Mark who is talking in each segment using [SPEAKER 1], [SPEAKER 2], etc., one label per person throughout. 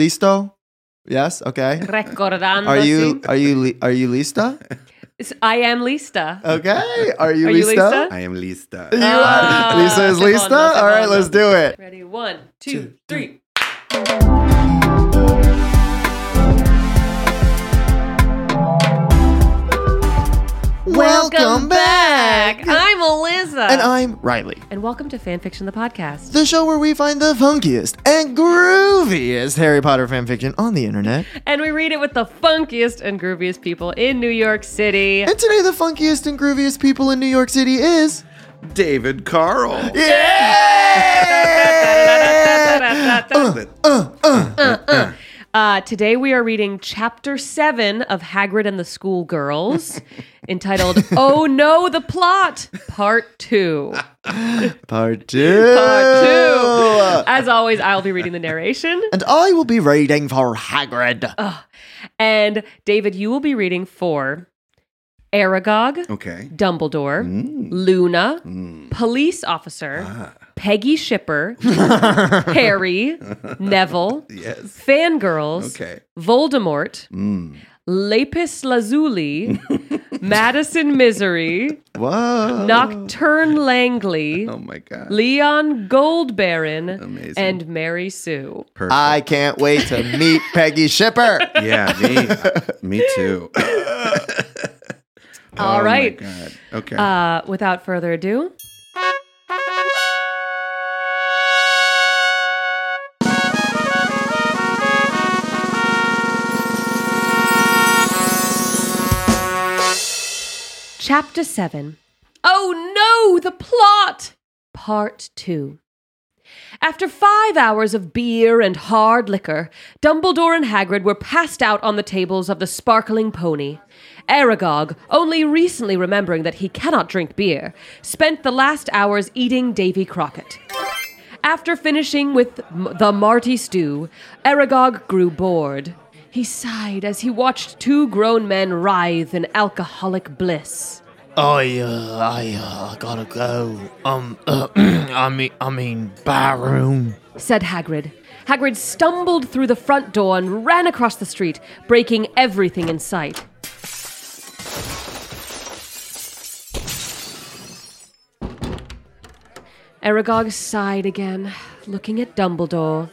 [SPEAKER 1] Listo? Yes. Okay.
[SPEAKER 2] Recordando.
[SPEAKER 1] Are you are you li- are you lista?
[SPEAKER 2] It's- I am Lista.
[SPEAKER 1] Okay. Are you
[SPEAKER 2] Are you
[SPEAKER 1] lista?
[SPEAKER 2] lista?
[SPEAKER 3] I am
[SPEAKER 1] You
[SPEAKER 3] Lista.
[SPEAKER 1] are-
[SPEAKER 2] Ah,
[SPEAKER 1] Lisa is
[SPEAKER 2] come on,
[SPEAKER 1] lista.
[SPEAKER 2] come
[SPEAKER 1] All right,
[SPEAKER 2] on.
[SPEAKER 1] let's do it.
[SPEAKER 2] Ready? One, two, three. I'm Eliza.
[SPEAKER 1] And I'm Riley.
[SPEAKER 2] And welcome to Fanfiction, the podcast.
[SPEAKER 1] The show where we find the funkiest and grooviest Harry Potter fanfiction on the internet.
[SPEAKER 2] And we read it with the funkiest and grooviest people in New York City.
[SPEAKER 1] And today, the funkiest and grooviest people in New York City is.
[SPEAKER 3] David Carl.
[SPEAKER 1] Yeah!
[SPEAKER 2] Uh, today we are reading chapter seven of Hagrid and the Schoolgirls, entitled "Oh No, the Plot," part two.
[SPEAKER 1] Part two.
[SPEAKER 2] Part two. As always, I'll be reading the narration,
[SPEAKER 1] And I will be reading for Hagrid.
[SPEAKER 2] Oh. and David, you will be reading for Aragog,
[SPEAKER 3] Okay. Mm.
[SPEAKER 2] Dumbledore, Luna, police officer,
[SPEAKER 3] Ah.
[SPEAKER 2] Peggy Shipper, Harry, Neville,
[SPEAKER 3] Yes.
[SPEAKER 2] fangirls,
[SPEAKER 3] Okay. Mm.
[SPEAKER 2] Voldemort, Lapis Lazuli, Madison Misery,
[SPEAKER 1] Whoa.
[SPEAKER 2] Nocturne Langley,
[SPEAKER 3] Oh my God.
[SPEAKER 2] Leon Goldbaron,
[SPEAKER 3] Amazing.
[SPEAKER 2] and Mary Sue.
[SPEAKER 3] Perfect.
[SPEAKER 1] I can't wait to meet Peggy Shipper.
[SPEAKER 3] yeah, me. me too.
[SPEAKER 2] All
[SPEAKER 3] Oh my
[SPEAKER 2] right.
[SPEAKER 3] God. Okay.
[SPEAKER 2] Uh, without further ado, Chapter 7 Oh no, the plot! Part 2. After five hours of beer and hard liquor, Dumbledore and Hagrid were passed out on the tables of the sparkling pony. Aragog, only recently remembering that he cannot drink beer, spent the last hours eating Davy Crockett. After finishing with m- the Marty stew, Aragog grew bored. He sighed as he watched two grown men writhe in alcoholic bliss.
[SPEAKER 4] I uh, I uh, gotta go. Um, uh, I mean, I mean, bathroom.
[SPEAKER 2] said Hagrid. Hagrid stumbled through the front door and ran across the street, breaking everything in sight. Aragog sighed again, looking at Dumbledore.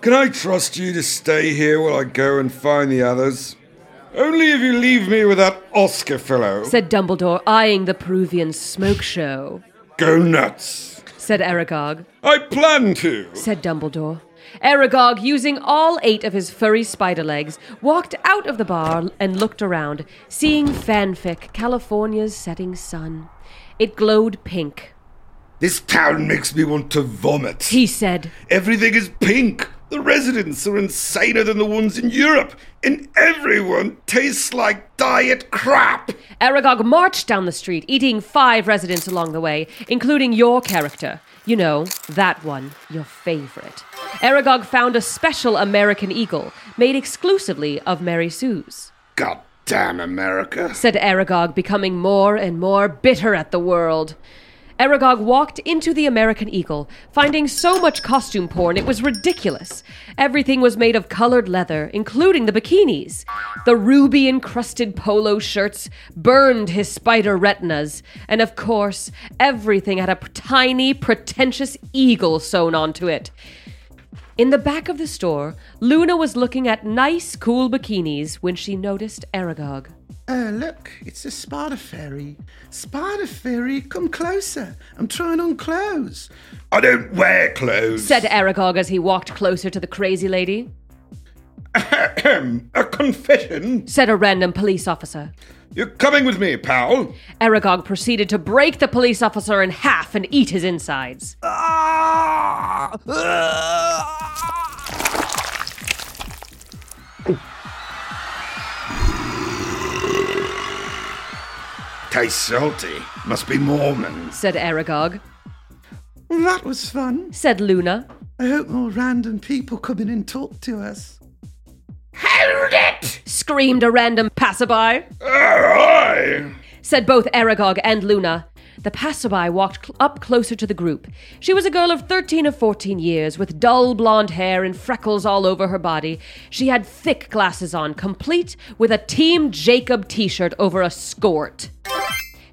[SPEAKER 5] Can I trust you to stay here while I go and find the others? Only if you leave me with that Oscar fellow.
[SPEAKER 2] Said Dumbledore, eyeing the Peruvian smoke show.
[SPEAKER 5] Go nuts.
[SPEAKER 2] Said Aragog.
[SPEAKER 5] I plan to.
[SPEAKER 2] said Dumbledore. Aragog, using all eight of his furry spider legs, walked out of the bar and looked around, seeing fanfic, California's setting sun. It glowed pink.
[SPEAKER 5] This town makes me want to vomit.
[SPEAKER 2] He said,
[SPEAKER 5] Everything is pink. The residents are insaner than the ones in Europe, and everyone tastes like diet crap.
[SPEAKER 2] Aragog marched down the street, eating five residents along the way, including your character. You know, that one, your favorite. Aragog found a special American eagle, made exclusively of Mary Sue's.
[SPEAKER 5] God damn America.
[SPEAKER 2] said Aragog, becoming more and more bitter at the world. Aragog walked into the American Eagle, finding so much costume porn it was ridiculous. Everything was made of colored leather, including the bikinis. The ruby encrusted polo shirts burned his spider retinas, and of course, everything had a p- tiny, pretentious eagle sewn onto it. In the back of the store, Luna was looking at nice, cool bikinis when she noticed Aragog.
[SPEAKER 3] oh, look, it's a spider fairy. Spider fairy, come closer. I'm trying on clothes.
[SPEAKER 5] I don't wear clothes.
[SPEAKER 2] said Aragog as he walked closer to the crazy lady,
[SPEAKER 5] a confession.
[SPEAKER 2] said a random police officer.
[SPEAKER 5] You're coming with me, pal.
[SPEAKER 2] Aragog proceeded to break the police officer in half and eat his insides.
[SPEAKER 5] Ah! Tastes salty. Must be Mormons.
[SPEAKER 2] Said Aragog,
[SPEAKER 3] Well, that was fun.
[SPEAKER 2] said Luna,
[SPEAKER 3] I hope more random people come in and talk to us.
[SPEAKER 5] Hold it!
[SPEAKER 2] screamed a random passerby,
[SPEAKER 5] Aye.
[SPEAKER 2] said both Aragog and Luna. The passerby walked cl- up closer to the group. She was a girl of 13 or 14 years, with dull blonde hair and freckles all over her body. She had thick glasses on, complete with a Team Jacob t shirt over a skirt.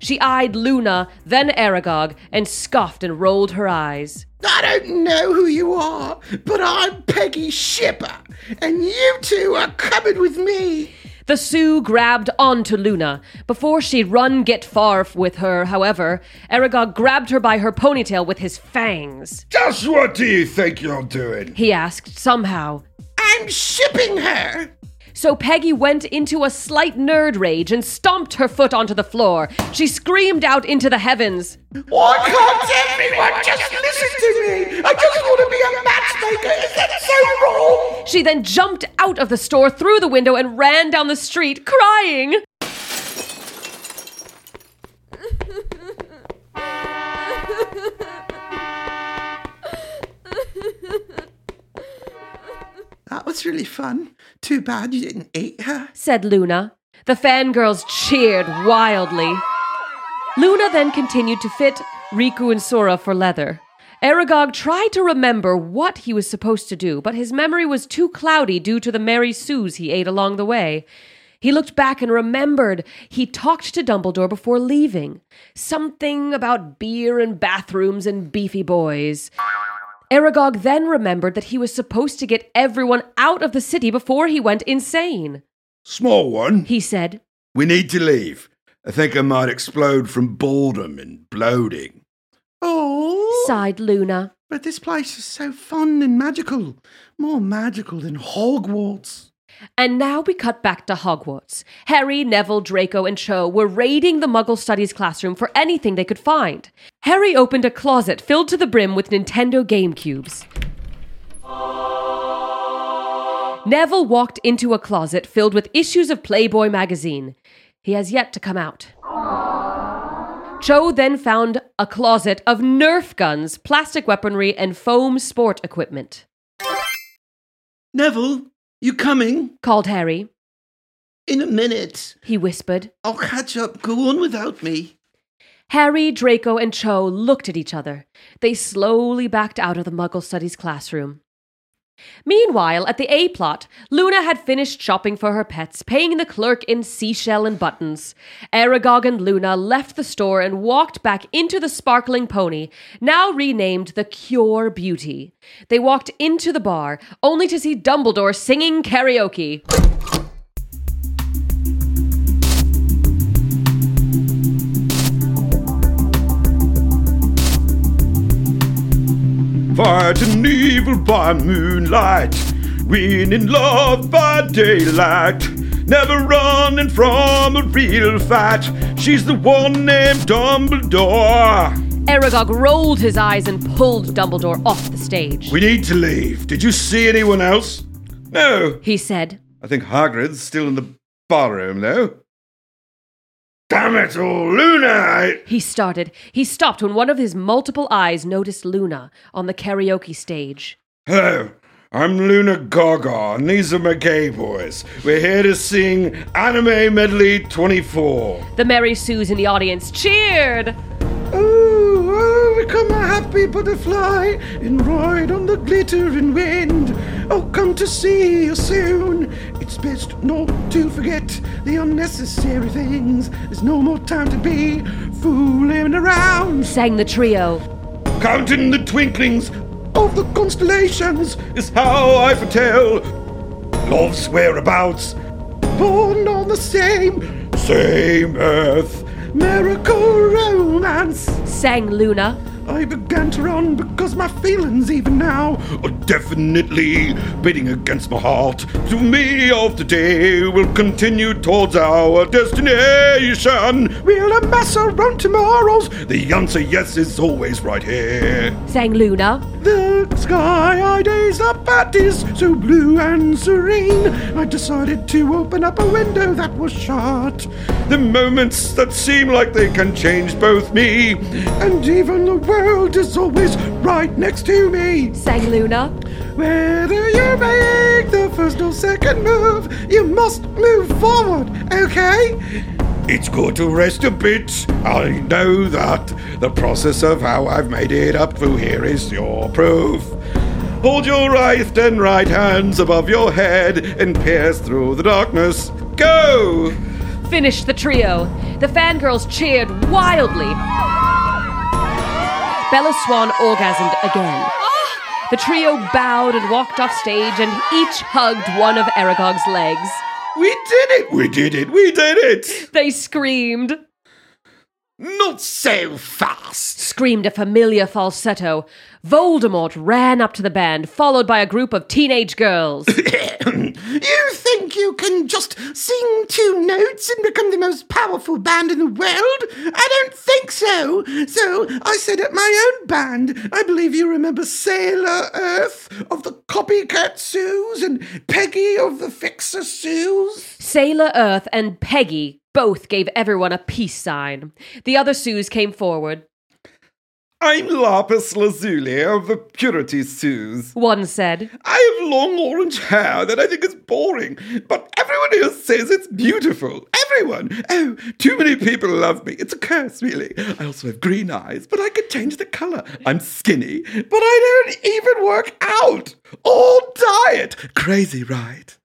[SPEAKER 2] She eyed Luna, then Aragog, and scoffed and rolled her eyes.
[SPEAKER 3] I don't know who you are, but I'm Peggy Shipper, and you two are covered with me.
[SPEAKER 2] The Sioux grabbed onto Luna. Before she'd run get far f- with her, however, Aragog grabbed her by her ponytail with his fangs.
[SPEAKER 5] Just what do you think you're doing?
[SPEAKER 2] He asked, somehow.
[SPEAKER 3] I'm shipping her.
[SPEAKER 2] So Peggy went into a slight nerd rage and stomped her foot onto the floor. She screamed out into the heavens.
[SPEAKER 3] Why can't everyone just listen to me? I just want to be a matchmaker. Is that so wrong?
[SPEAKER 2] She then jumped out of the store through the window and ran down the street crying.
[SPEAKER 3] That was really fun. Too bad you didn't eat her.
[SPEAKER 2] said Luna. The fangirls cheered wildly. Luna then continued to fit Riku and Sora for leather. Aragog tried to remember what he was supposed to do, but his memory was too cloudy due to the Mary Sues he ate along the way. He looked back and remembered he talked to Dumbledore before leaving. Something about beer and bathrooms and beefy boys. Aragog then remembered that he was supposed to get everyone out of the city before he went insane.
[SPEAKER 5] Small one.
[SPEAKER 2] He said,
[SPEAKER 5] We need to leave. I think I might explode from boredom and bloating.
[SPEAKER 3] Oh.
[SPEAKER 2] sighed Luna.
[SPEAKER 3] But this place is so fun and magical. More magical than Hogwarts.
[SPEAKER 2] And now we cut back to Hogwarts. Harry, Neville, Draco, and Cho were raiding the Muggle Studies classroom for anything they could find. Harry opened a closet filled to the brim with Nintendo Game Cubes. Neville walked into a closet filled with issues of Playboy magazine. He has yet to come out. Cho then found a closet of Nerf guns, plastic weaponry, and foam sport equipment.
[SPEAKER 3] Neville, you coming?
[SPEAKER 2] Called Harry,
[SPEAKER 3] In a minute.
[SPEAKER 2] he whispered.
[SPEAKER 3] I'll catch up. Go on without me.
[SPEAKER 2] Harry, Draco, and Cho looked at each other. They slowly backed out of the Muggle Studies classroom. Meanwhile, at the A plot, Luna had finished shopping for her pets, paying the clerk in seashell and buttons. Aragog and Luna left the store and walked back into the sparkling pony, now renamed the Cure Beauty. They walked into the bar, only to see Dumbledore singing karaoke.
[SPEAKER 5] Fighting evil by moonlight, winning love by daylight. Never running from a real fight. She's the one named Dumbledore.
[SPEAKER 2] Aragog rolled his eyes and pulled Dumbledore off the stage.
[SPEAKER 5] We need to leave. Did you see anyone else? No.
[SPEAKER 2] He said,
[SPEAKER 5] I think Hagrid's still in the barroom, though. Damn it all, Luna! I-
[SPEAKER 2] He started. He stopped when one of his multiple eyes noticed Luna on the karaoke stage.
[SPEAKER 5] Hello, I'm Luna Gaga, and these are my gay boys. We're here to sing Anime Medley 24.
[SPEAKER 2] The Mary Sues in the audience cheered.
[SPEAKER 3] Ooh, oh, become a happy butterfly and ride on the glittering wind. Oh, come to see you soon. It's best not to forget the unnecessary things. There's no more time to be fooling around.
[SPEAKER 2] Sang the trio.
[SPEAKER 5] Counting the twinklings
[SPEAKER 3] Of the constellations,
[SPEAKER 5] is how I foretell love's whereabouts.
[SPEAKER 3] born on the same
[SPEAKER 5] Same earth.
[SPEAKER 3] miracle romance.
[SPEAKER 2] Sang Luna.
[SPEAKER 3] I began to run because my feelings, even now,
[SPEAKER 5] are Definitely beating against my heart. To me of the day will continue towards our destination.
[SPEAKER 3] will a mess around tomorrow's
[SPEAKER 5] The answer yes is always right here.
[SPEAKER 2] Sang Luna.
[SPEAKER 3] The sky I gaze up at is so blue and serene. I decided to open up a window that was shut,
[SPEAKER 5] The moments that seem like they can change both me.
[SPEAKER 3] and even the world is always right next to me.
[SPEAKER 2] Sang Luna.
[SPEAKER 3] Whether you make the first or second move, you must move forward, okay?
[SPEAKER 5] It's good to rest a bit. I know that. The process of how I've made it up through here is your proof. Hold your right and right hands above your head and pierce through the darkness. Go!
[SPEAKER 2] Finished the trio. The fangirls cheered wildly. Bella Swan orgasmed again. The trio bowed and walked off stage, and each hugged one of Aragog's legs.
[SPEAKER 5] We did it! We did it! We did it!
[SPEAKER 2] They screamed.
[SPEAKER 5] Not so fast!
[SPEAKER 2] Screamed a familiar falsetto. Voldemort ran up to the band, followed by a group of teenage girls.
[SPEAKER 6] You think you can just sing two notes and become the most powerful band in the world? I don't think so. So I set up my own band. I believe you remember Sailor Earth of the Copycat Sues and Peggy of the Fixer Sues.
[SPEAKER 2] Sailor Earth and Peggy both gave everyone a peace sign. The other Sues came forward.
[SPEAKER 5] I'm Lapis Lazuli of the Purity Sues.
[SPEAKER 2] One said,
[SPEAKER 5] I have long orange hair that I think is boring, but everyone here says it's beautiful. Everyone! Oh, too many people love me. It's a curse, really. I also have green eyes, but I could change the color. I'm skinny, but I don't even work out. All diet. Crazy, right?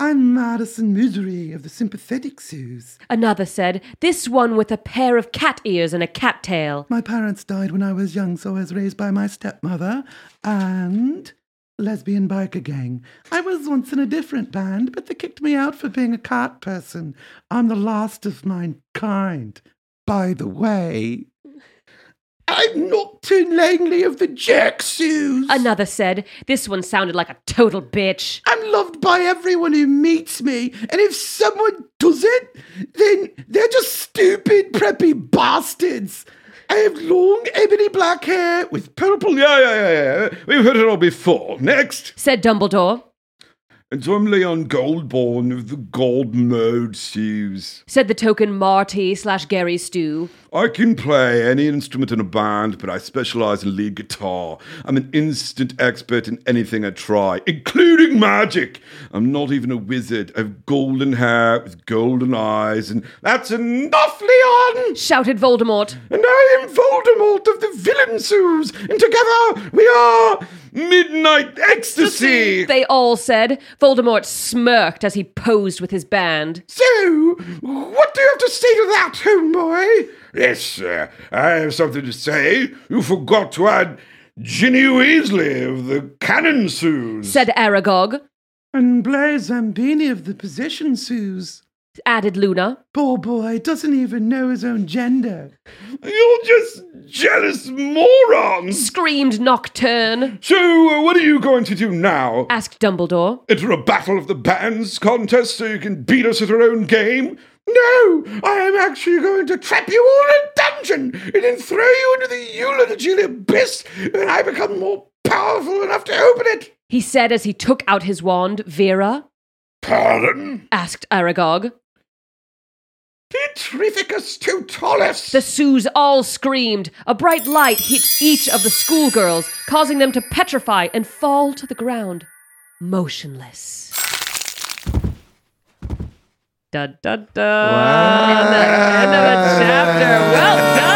[SPEAKER 6] I'm Madison Misery of the Sympathetic Sues.
[SPEAKER 2] Another said, This one with a pair of cat ears and a cat tail.
[SPEAKER 6] My parents died when I was young, so I was raised by my stepmother and lesbian biker gang. I was once in a different band, but they kicked me out for being a cat person. I'm the last of my kind. By the way, I'm Nocturne Langley of the Jack Sues.
[SPEAKER 2] Another said, This one sounded like a total bitch.
[SPEAKER 6] I'm loved by everyone who meets me, and if someone doesn't, then they're just stupid, preppy bastards. I have long ebony black hair with
[SPEAKER 5] Purple, yeah, yeah, yeah, yeah. We've heard it all before. Next!
[SPEAKER 2] Said Dumbledore,
[SPEAKER 5] And so I'm Leon Goldborn of the Gold Mode Sues.
[SPEAKER 2] said the token Marty slash Gary Stew.
[SPEAKER 5] I can play any instrument in a band, but I specialize in lead guitar. I'm an instant expert in anything I try, including magic. I'm not even a wizard. I've golden hair with golden eyes, and that's enough, Leon!
[SPEAKER 2] Shouted Voldemort,
[SPEAKER 5] And I am Voldemort of the Villain Sues, and together we are Midnight Ecstasy!
[SPEAKER 2] They all said. Voldemort smirked as he posed with his band.
[SPEAKER 5] So, what do you have to say to that, homeboy? Yes, sir. I have something to say. You forgot to add Ginny Weasley of the Cannon Sues.
[SPEAKER 2] Said Aragog,
[SPEAKER 6] And Blaise Zambini of the Possession Sues.
[SPEAKER 2] added Luna.
[SPEAKER 6] Poor boy doesn't even know his own gender.
[SPEAKER 5] You're just jealous morons.
[SPEAKER 2] Screamed Nocturne,
[SPEAKER 5] So, uh, what are you going to do now?
[SPEAKER 2] asked Dumbledore.
[SPEAKER 5] Enter a battle of the bands contest so you can beat us at our own game? No! I am actually going to trap you all in a dungeon and then throw you into the Eulogy abyss and I become more powerful enough to open it.
[SPEAKER 2] He said as he took out his wand, Vera,
[SPEAKER 5] Pardon?
[SPEAKER 2] asked Aragog.
[SPEAKER 5] Petrificus Teutolis!
[SPEAKER 2] The Sues all screamed. A bright light hit each of the schoolgirls, causing them to petrify and fall to the ground, motionless. Da da da! And the end of a chapter. Well done.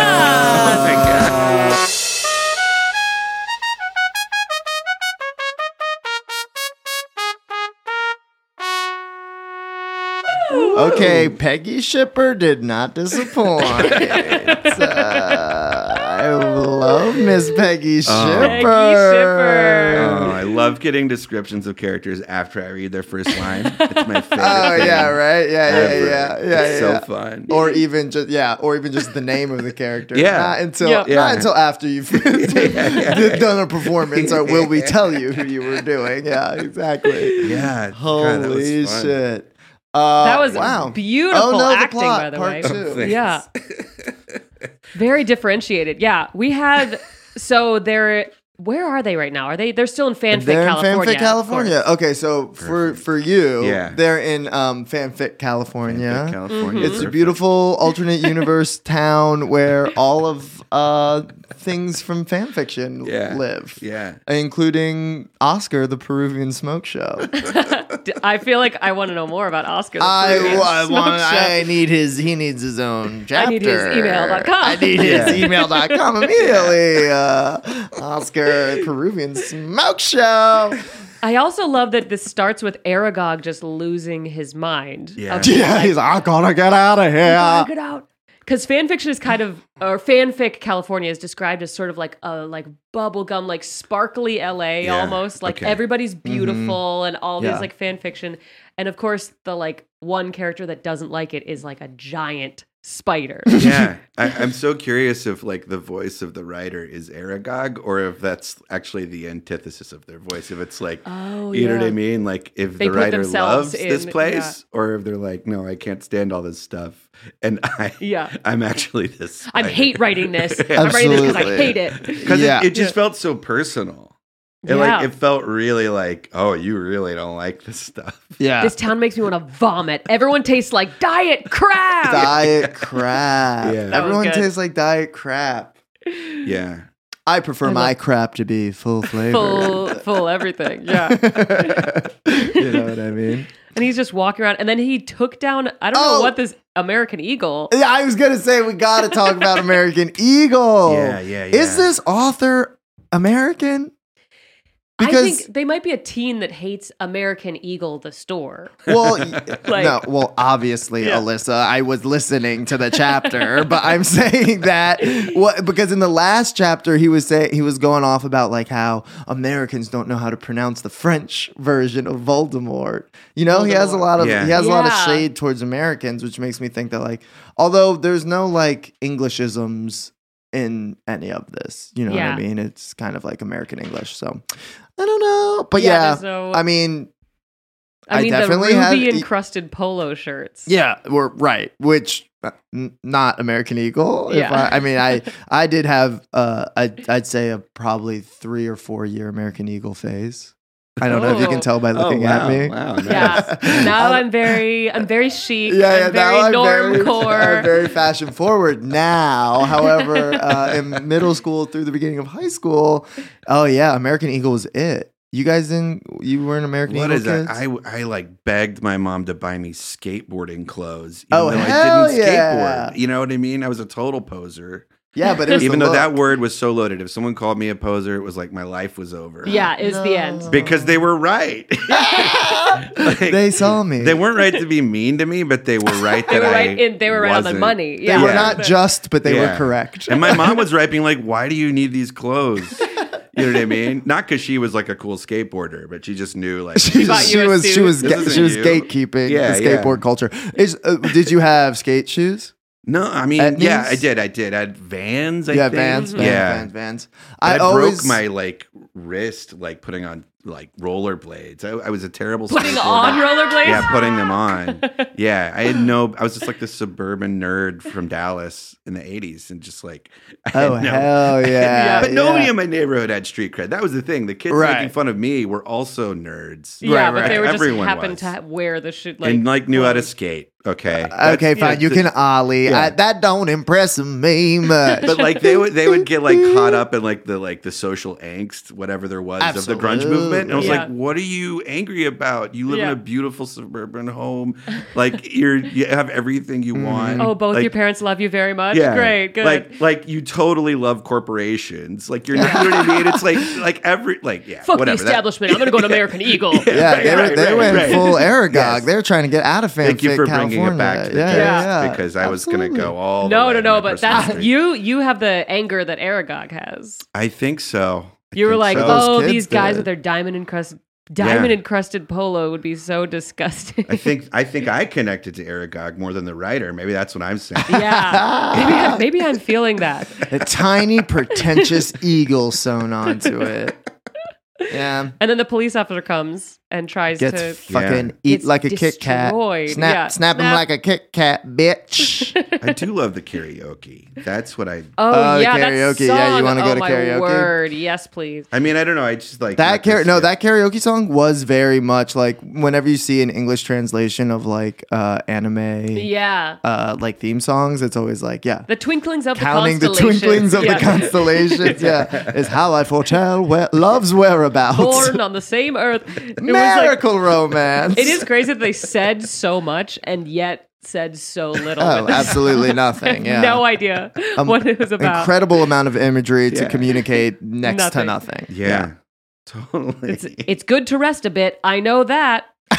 [SPEAKER 1] Okay, Peggy Shipper did not disappoint. Uh, I love Miss Peggy Shipper.
[SPEAKER 2] Oh. Peggy Shipper.
[SPEAKER 7] Oh, I love getting descriptions of characters after I read their first line. It's my favorite.
[SPEAKER 1] Oh
[SPEAKER 7] thing
[SPEAKER 1] yeah, right. Yeah, yeah,
[SPEAKER 7] ever.
[SPEAKER 1] yeah, yeah.
[SPEAKER 7] It's
[SPEAKER 1] yeah.
[SPEAKER 7] so fun.
[SPEAKER 1] Or even just yeah, or even just the name of the character.
[SPEAKER 7] Yeah.
[SPEAKER 1] Not until
[SPEAKER 2] Yeah.
[SPEAKER 1] not
[SPEAKER 7] Yeah.
[SPEAKER 1] until after you've done a performance, or will we tell you who you were doing? Yeah, exactly.
[SPEAKER 7] Yeah. God, that
[SPEAKER 1] Holy
[SPEAKER 7] was fun.
[SPEAKER 1] shit. Uh,
[SPEAKER 2] That was
[SPEAKER 1] wow.
[SPEAKER 2] beautiful
[SPEAKER 1] oh, no,
[SPEAKER 2] acting,
[SPEAKER 1] the plot,
[SPEAKER 2] by the
[SPEAKER 1] part
[SPEAKER 2] way.
[SPEAKER 1] Two.
[SPEAKER 7] Thanks.
[SPEAKER 2] Yeah. Very differentiated. Yeah. We had so there Where are they right now? Are they? They're still in fanfic
[SPEAKER 1] they're in
[SPEAKER 2] California.
[SPEAKER 1] fanfic
[SPEAKER 2] of
[SPEAKER 1] California.
[SPEAKER 2] course.
[SPEAKER 1] Okay, so for for you,
[SPEAKER 6] Yeah.
[SPEAKER 1] they're in um, fanfic California.
[SPEAKER 2] Mm-hmm.
[SPEAKER 6] California.
[SPEAKER 1] It's a
[SPEAKER 6] Perfect.
[SPEAKER 1] beautiful alternate universe town where all of uh, things from fan fiction
[SPEAKER 6] Yeah.
[SPEAKER 1] live,
[SPEAKER 6] Yeah.
[SPEAKER 1] including Oscar the Peruvian Smoke Show.
[SPEAKER 2] D- I feel like I want to know more about Oscar. the
[SPEAKER 1] I,
[SPEAKER 2] Peruvian
[SPEAKER 1] I
[SPEAKER 2] Smoke
[SPEAKER 1] want.
[SPEAKER 2] Show.
[SPEAKER 1] I need his. He needs his own chapter.
[SPEAKER 2] need his email.com.
[SPEAKER 1] I need his
[SPEAKER 6] Yeah.
[SPEAKER 1] email.com immediately. Uh, Oscar Peruvian Smoke Show.
[SPEAKER 2] I also love that this starts with Aragog just losing his mind.
[SPEAKER 6] Yeah.
[SPEAKER 2] Of-
[SPEAKER 1] Yeah, he's. I gotta get out of
[SPEAKER 2] I
[SPEAKER 1] here.
[SPEAKER 2] get out. Because fanfiction is kind of, or fanfic California is described as sort of like a like bubblegum, like sparkly LA
[SPEAKER 6] Yeah,
[SPEAKER 2] almost. Like
[SPEAKER 6] okay.
[SPEAKER 2] everybody's beautiful and all
[SPEAKER 1] Mm-hmm. Yeah.
[SPEAKER 2] these like fanfiction. And of course, the like one character that doesn't like it is like a giant spider.
[SPEAKER 6] yeah, I, I'm so curious if like the voice of the writer is Aragog, or if that's actually the antithesis of their voice. If it's like,
[SPEAKER 2] Oh,
[SPEAKER 6] you know what
[SPEAKER 2] yeah.
[SPEAKER 6] I mean? Like if
[SPEAKER 2] They
[SPEAKER 6] the
[SPEAKER 2] put
[SPEAKER 6] writer
[SPEAKER 2] themselves
[SPEAKER 6] loves this
[SPEAKER 2] in-
[SPEAKER 6] place, or if they're like, no, I can't stand all this stuff, and I,
[SPEAKER 2] Yeah.
[SPEAKER 6] I'm actually this.
[SPEAKER 2] I
[SPEAKER 6] spider.
[SPEAKER 2] hate writing this. I'm writing this because I
[SPEAKER 1] Absolutely.
[SPEAKER 2] hate it.
[SPEAKER 6] because
[SPEAKER 1] Yeah.
[SPEAKER 6] it, it just felt so personal. It
[SPEAKER 2] Yeah.
[SPEAKER 6] like it felt really like, oh, you really don't like this stuff.
[SPEAKER 1] Yeah.
[SPEAKER 2] This town makes me want to vomit. Everyone tastes like diet crap.
[SPEAKER 1] Diet crap.
[SPEAKER 6] Yeah. That was
[SPEAKER 1] Everyone
[SPEAKER 2] good.
[SPEAKER 1] tastes like diet crap.
[SPEAKER 6] Yeah,
[SPEAKER 1] I prefer my crap to be full flavor.
[SPEAKER 2] full, full everything. Yeah.
[SPEAKER 1] you know what I mean?
[SPEAKER 2] And he's just walking around. And then he took down, I don't
[SPEAKER 1] Oh.
[SPEAKER 2] know what this American Eagle.
[SPEAKER 1] Yeah, I was gonna say we gotta talk about American Eagle.
[SPEAKER 6] Yeah, yeah,
[SPEAKER 1] Is
[SPEAKER 6] yeah.
[SPEAKER 1] this author American?
[SPEAKER 2] I
[SPEAKER 1] Because
[SPEAKER 2] think they might be a teen that hates American Eagle, the store.
[SPEAKER 1] well,
[SPEAKER 2] Like-
[SPEAKER 1] no, well, obviously, Alyssa, I was listening to the chapter, but I'm saying that what because in the last chapter he was saying he was going off about like how Americans don't know how to pronounce the French version of Voldemort. You know, he has a
[SPEAKER 2] Voldemort.
[SPEAKER 1] lot of
[SPEAKER 6] Yeah.
[SPEAKER 1] he has a lot of
[SPEAKER 2] Yeah.
[SPEAKER 1] shade towards Americans, which makes me think that like although there's no like Englishisms in any of this, you know
[SPEAKER 2] Yeah.
[SPEAKER 1] what I mean? It's kind of like American English, so. I don't know, but
[SPEAKER 2] Yeah,
[SPEAKER 1] yeah,
[SPEAKER 2] there's no-
[SPEAKER 1] I mean,
[SPEAKER 2] I,
[SPEAKER 1] I
[SPEAKER 2] mean,
[SPEAKER 1] definitely
[SPEAKER 2] the
[SPEAKER 1] had- e-
[SPEAKER 2] ruby encrusted polo shirts.
[SPEAKER 1] yeah, we're right. Which uh, n- not American Eagle. If
[SPEAKER 2] Yeah.
[SPEAKER 1] I, I mean, I I did have uh, I I'd say a probably three or four year American Eagle phase. I don't know if you can
[SPEAKER 2] Oh.
[SPEAKER 1] tell by looking at
[SPEAKER 6] wow,
[SPEAKER 1] me.
[SPEAKER 6] Wow,
[SPEAKER 2] Yeah. Now I'm very, I'm very chic. I'm very
[SPEAKER 1] very-
[SPEAKER 2] normcore.
[SPEAKER 1] I'm very fashion forward now. However, uh, in middle school through the beginning of high school, oh yeah, American Eagle was it. You guys didn't. You were an American
[SPEAKER 6] What
[SPEAKER 1] Eagle
[SPEAKER 6] is that?
[SPEAKER 1] kids?
[SPEAKER 6] I, I like begged my mom to buy me skateboarding clothes. Even
[SPEAKER 1] Oh,
[SPEAKER 6] though
[SPEAKER 1] hell
[SPEAKER 6] I didn't
[SPEAKER 1] yeah.
[SPEAKER 6] skateboard. You know what I mean? I was a total poser.
[SPEAKER 1] yeah, but it was
[SPEAKER 6] even
[SPEAKER 1] the
[SPEAKER 6] though that
[SPEAKER 1] look.
[SPEAKER 6] word was so loaded, if someone called me a poser, it was like my life was over.
[SPEAKER 2] yeah, it was the end.
[SPEAKER 6] Because they were right. Like,
[SPEAKER 1] they saw me.
[SPEAKER 6] they weren't right to be mean to me, but they were right
[SPEAKER 2] They
[SPEAKER 6] that
[SPEAKER 2] were
[SPEAKER 6] I
[SPEAKER 2] right in, they were right on the
[SPEAKER 6] wasn't.
[SPEAKER 2] money.
[SPEAKER 1] They
[SPEAKER 2] Yeah.
[SPEAKER 1] were not just, but they were
[SPEAKER 6] Yeah.
[SPEAKER 1] correct.
[SPEAKER 6] And my mom was right being like, why do you need these clothes? You know what I mean? Not because she was like a cool skateboarder, but she just knew like
[SPEAKER 1] she,
[SPEAKER 2] bought
[SPEAKER 1] was-
[SPEAKER 2] you
[SPEAKER 1] she
[SPEAKER 2] a
[SPEAKER 1] was she
[SPEAKER 2] suit.
[SPEAKER 1] was
[SPEAKER 6] This
[SPEAKER 1] ga-
[SPEAKER 6] isn't
[SPEAKER 1] she was
[SPEAKER 6] you.
[SPEAKER 1] gatekeeping
[SPEAKER 6] Yeah,
[SPEAKER 1] the
[SPEAKER 6] yeah.
[SPEAKER 1] skateboard culture. Is uh, did you have skate shoes?
[SPEAKER 6] No, I mean,
[SPEAKER 1] At
[SPEAKER 6] yeah,
[SPEAKER 1] least-
[SPEAKER 6] I did, I did. I had Vans, I
[SPEAKER 1] yeah,
[SPEAKER 6] think.
[SPEAKER 1] Vans, Vans,
[SPEAKER 6] yeah.
[SPEAKER 1] Vans, Vans.
[SPEAKER 6] I,
[SPEAKER 1] I, always
[SPEAKER 6] broke my like wrist, like putting on like rollerblades. I, I was a terrible
[SPEAKER 2] Putting
[SPEAKER 6] skateboarder.
[SPEAKER 2] on rollerblades?
[SPEAKER 6] Yeah, putting them on. Yeah, I had no. I was just like this suburban nerd from Dallas in the '80s, and just like, I had
[SPEAKER 1] oh
[SPEAKER 6] no-
[SPEAKER 1] hell yeah,
[SPEAKER 6] But nobody
[SPEAKER 1] yeah.
[SPEAKER 6] in my neighborhood had street cred. That was the thing. The kids
[SPEAKER 1] Right.
[SPEAKER 6] making fun of me were also nerds.
[SPEAKER 2] Yeah,
[SPEAKER 1] Right,
[SPEAKER 2] but
[SPEAKER 1] right.
[SPEAKER 2] they were just
[SPEAKER 6] Everyone
[SPEAKER 2] happened
[SPEAKER 6] was.
[SPEAKER 2] to ha- wear the shit. Like, uh,
[SPEAKER 6] and like knew how to
[SPEAKER 2] clothes.
[SPEAKER 6] skate. Okay.
[SPEAKER 1] Okay,
[SPEAKER 6] That's-
[SPEAKER 1] fine. You can ollie. I, that don't impress me much.
[SPEAKER 6] but like they would they would get like caught up in like the like the social angst whatever there was of the grunge movement and i was
[SPEAKER 2] Absolutely.
[SPEAKER 6] like what are you angry about you live
[SPEAKER 2] Yeah.
[SPEAKER 6] in a beautiful suburban home like you're you have everything you want
[SPEAKER 2] Oh, both
[SPEAKER 6] Like,
[SPEAKER 2] your parents love you very much.
[SPEAKER 6] yeah,
[SPEAKER 2] Great, good.
[SPEAKER 6] Like, like you totally love corporations. Like you're, not, you know what I mean. It's like, like every, like, yeah,
[SPEAKER 2] Fuck
[SPEAKER 6] whatever.
[SPEAKER 2] the
[SPEAKER 6] That-
[SPEAKER 2] establishment. I'm gonna go to American Eagle.
[SPEAKER 1] yeah,
[SPEAKER 6] Right,
[SPEAKER 1] they, were
[SPEAKER 6] right,
[SPEAKER 1] they
[SPEAKER 6] right,
[SPEAKER 1] went
[SPEAKER 6] right.
[SPEAKER 1] full Aragog.
[SPEAKER 6] Yes.
[SPEAKER 1] They were trying to get out of fanfic.
[SPEAKER 6] Thank you for
[SPEAKER 1] California.
[SPEAKER 6] bringing it back to the
[SPEAKER 1] yeah,
[SPEAKER 6] yeah,
[SPEAKER 1] yeah, yeah.
[SPEAKER 6] because I was going to
[SPEAKER 1] Absolutely.
[SPEAKER 6] go all.
[SPEAKER 2] No,
[SPEAKER 6] the way
[SPEAKER 2] no,
[SPEAKER 6] in
[SPEAKER 2] no.
[SPEAKER 6] my
[SPEAKER 2] But
[SPEAKER 6] personal
[SPEAKER 2] that's
[SPEAKER 6] history.
[SPEAKER 2] you. You have the anger that Aragog has.
[SPEAKER 6] I think so. I
[SPEAKER 2] You were
[SPEAKER 6] think
[SPEAKER 2] like,
[SPEAKER 6] so.
[SPEAKER 1] Those
[SPEAKER 2] oh,
[SPEAKER 1] kids
[SPEAKER 2] these guys
[SPEAKER 1] did.
[SPEAKER 2] with their diamond encrusted diamond encrusted polo would be so disgusting.
[SPEAKER 6] I think I think I connected to Aragog more than the writer. Maybe that's what I'm saying.
[SPEAKER 2] yeah. Maybe, I, maybe I'm feeling that.
[SPEAKER 1] A tiny pretentious eagle sewn onto it. Yeah.
[SPEAKER 2] And then the police officer comes and tries
[SPEAKER 1] Gets
[SPEAKER 2] to.
[SPEAKER 1] fucking eat
[SPEAKER 2] It's
[SPEAKER 1] like a Kit Kat.
[SPEAKER 2] destroyed.
[SPEAKER 1] Snap,
[SPEAKER 2] Yeah,
[SPEAKER 1] snap him
[SPEAKER 2] snap.
[SPEAKER 1] like a Kit Kat, bitch.
[SPEAKER 6] I do love the karaoke. That's what I.
[SPEAKER 2] Oh,
[SPEAKER 1] Oh,
[SPEAKER 2] yeah,
[SPEAKER 1] karaoke.
[SPEAKER 2] That song.
[SPEAKER 1] Yeah, you wanna go
[SPEAKER 2] oh,
[SPEAKER 1] to
[SPEAKER 2] my
[SPEAKER 1] karaoke?
[SPEAKER 2] Word, yes, please.
[SPEAKER 6] I mean, I don't know. I just like
[SPEAKER 1] that
[SPEAKER 6] not
[SPEAKER 1] kara-
[SPEAKER 6] this
[SPEAKER 1] no
[SPEAKER 6] shit.
[SPEAKER 1] that karaoke song was very much like whenever you see an English translation of like uh, anime
[SPEAKER 2] Yeah,
[SPEAKER 1] uh, like theme songs, it's always like yeah.
[SPEAKER 2] the twinklings of
[SPEAKER 1] Counting the
[SPEAKER 2] the constellations.
[SPEAKER 1] twinklings of
[SPEAKER 2] Yeah.
[SPEAKER 1] the constellations, yeah, is how I foretell where love's whereabouts.
[SPEAKER 2] Born on the same earth. It was like
[SPEAKER 1] Miracle romance.
[SPEAKER 2] it is crazy that they said so much and yet said so little.
[SPEAKER 1] Oh,
[SPEAKER 2] with this.
[SPEAKER 1] absolutely nothing. Yeah. Um,
[SPEAKER 2] No idea what it was about.
[SPEAKER 1] Incredible amount of imagery to communicate next
[SPEAKER 2] Nothing.
[SPEAKER 1] to nothing.
[SPEAKER 6] Yeah, totally.
[SPEAKER 2] It's, it's good to rest a bit. I know that.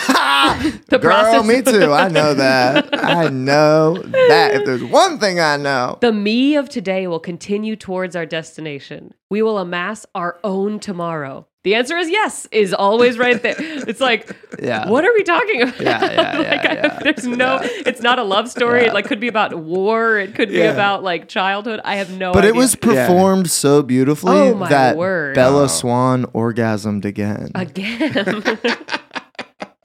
[SPEAKER 2] the
[SPEAKER 1] Girl,
[SPEAKER 2] process-
[SPEAKER 1] me too. I know that. I know that. If there's one thing I know,
[SPEAKER 2] The me of today will continue towards our destination. We will amass our own tomorrow. The answer is yes, is always right there. It's like,
[SPEAKER 1] Yeah.
[SPEAKER 2] what are we talking about?
[SPEAKER 1] Yeah, yeah,
[SPEAKER 2] like,
[SPEAKER 1] yeah,
[SPEAKER 2] I-
[SPEAKER 1] yeah.
[SPEAKER 2] There's no, it's not a love story. It like could be about war. It could be about like childhood. I have no
[SPEAKER 1] but
[SPEAKER 2] idea.
[SPEAKER 1] it was performed so beautifully
[SPEAKER 2] Oh, my
[SPEAKER 1] that
[SPEAKER 2] word.
[SPEAKER 1] Bella Swan orgasmed again.
[SPEAKER 2] again.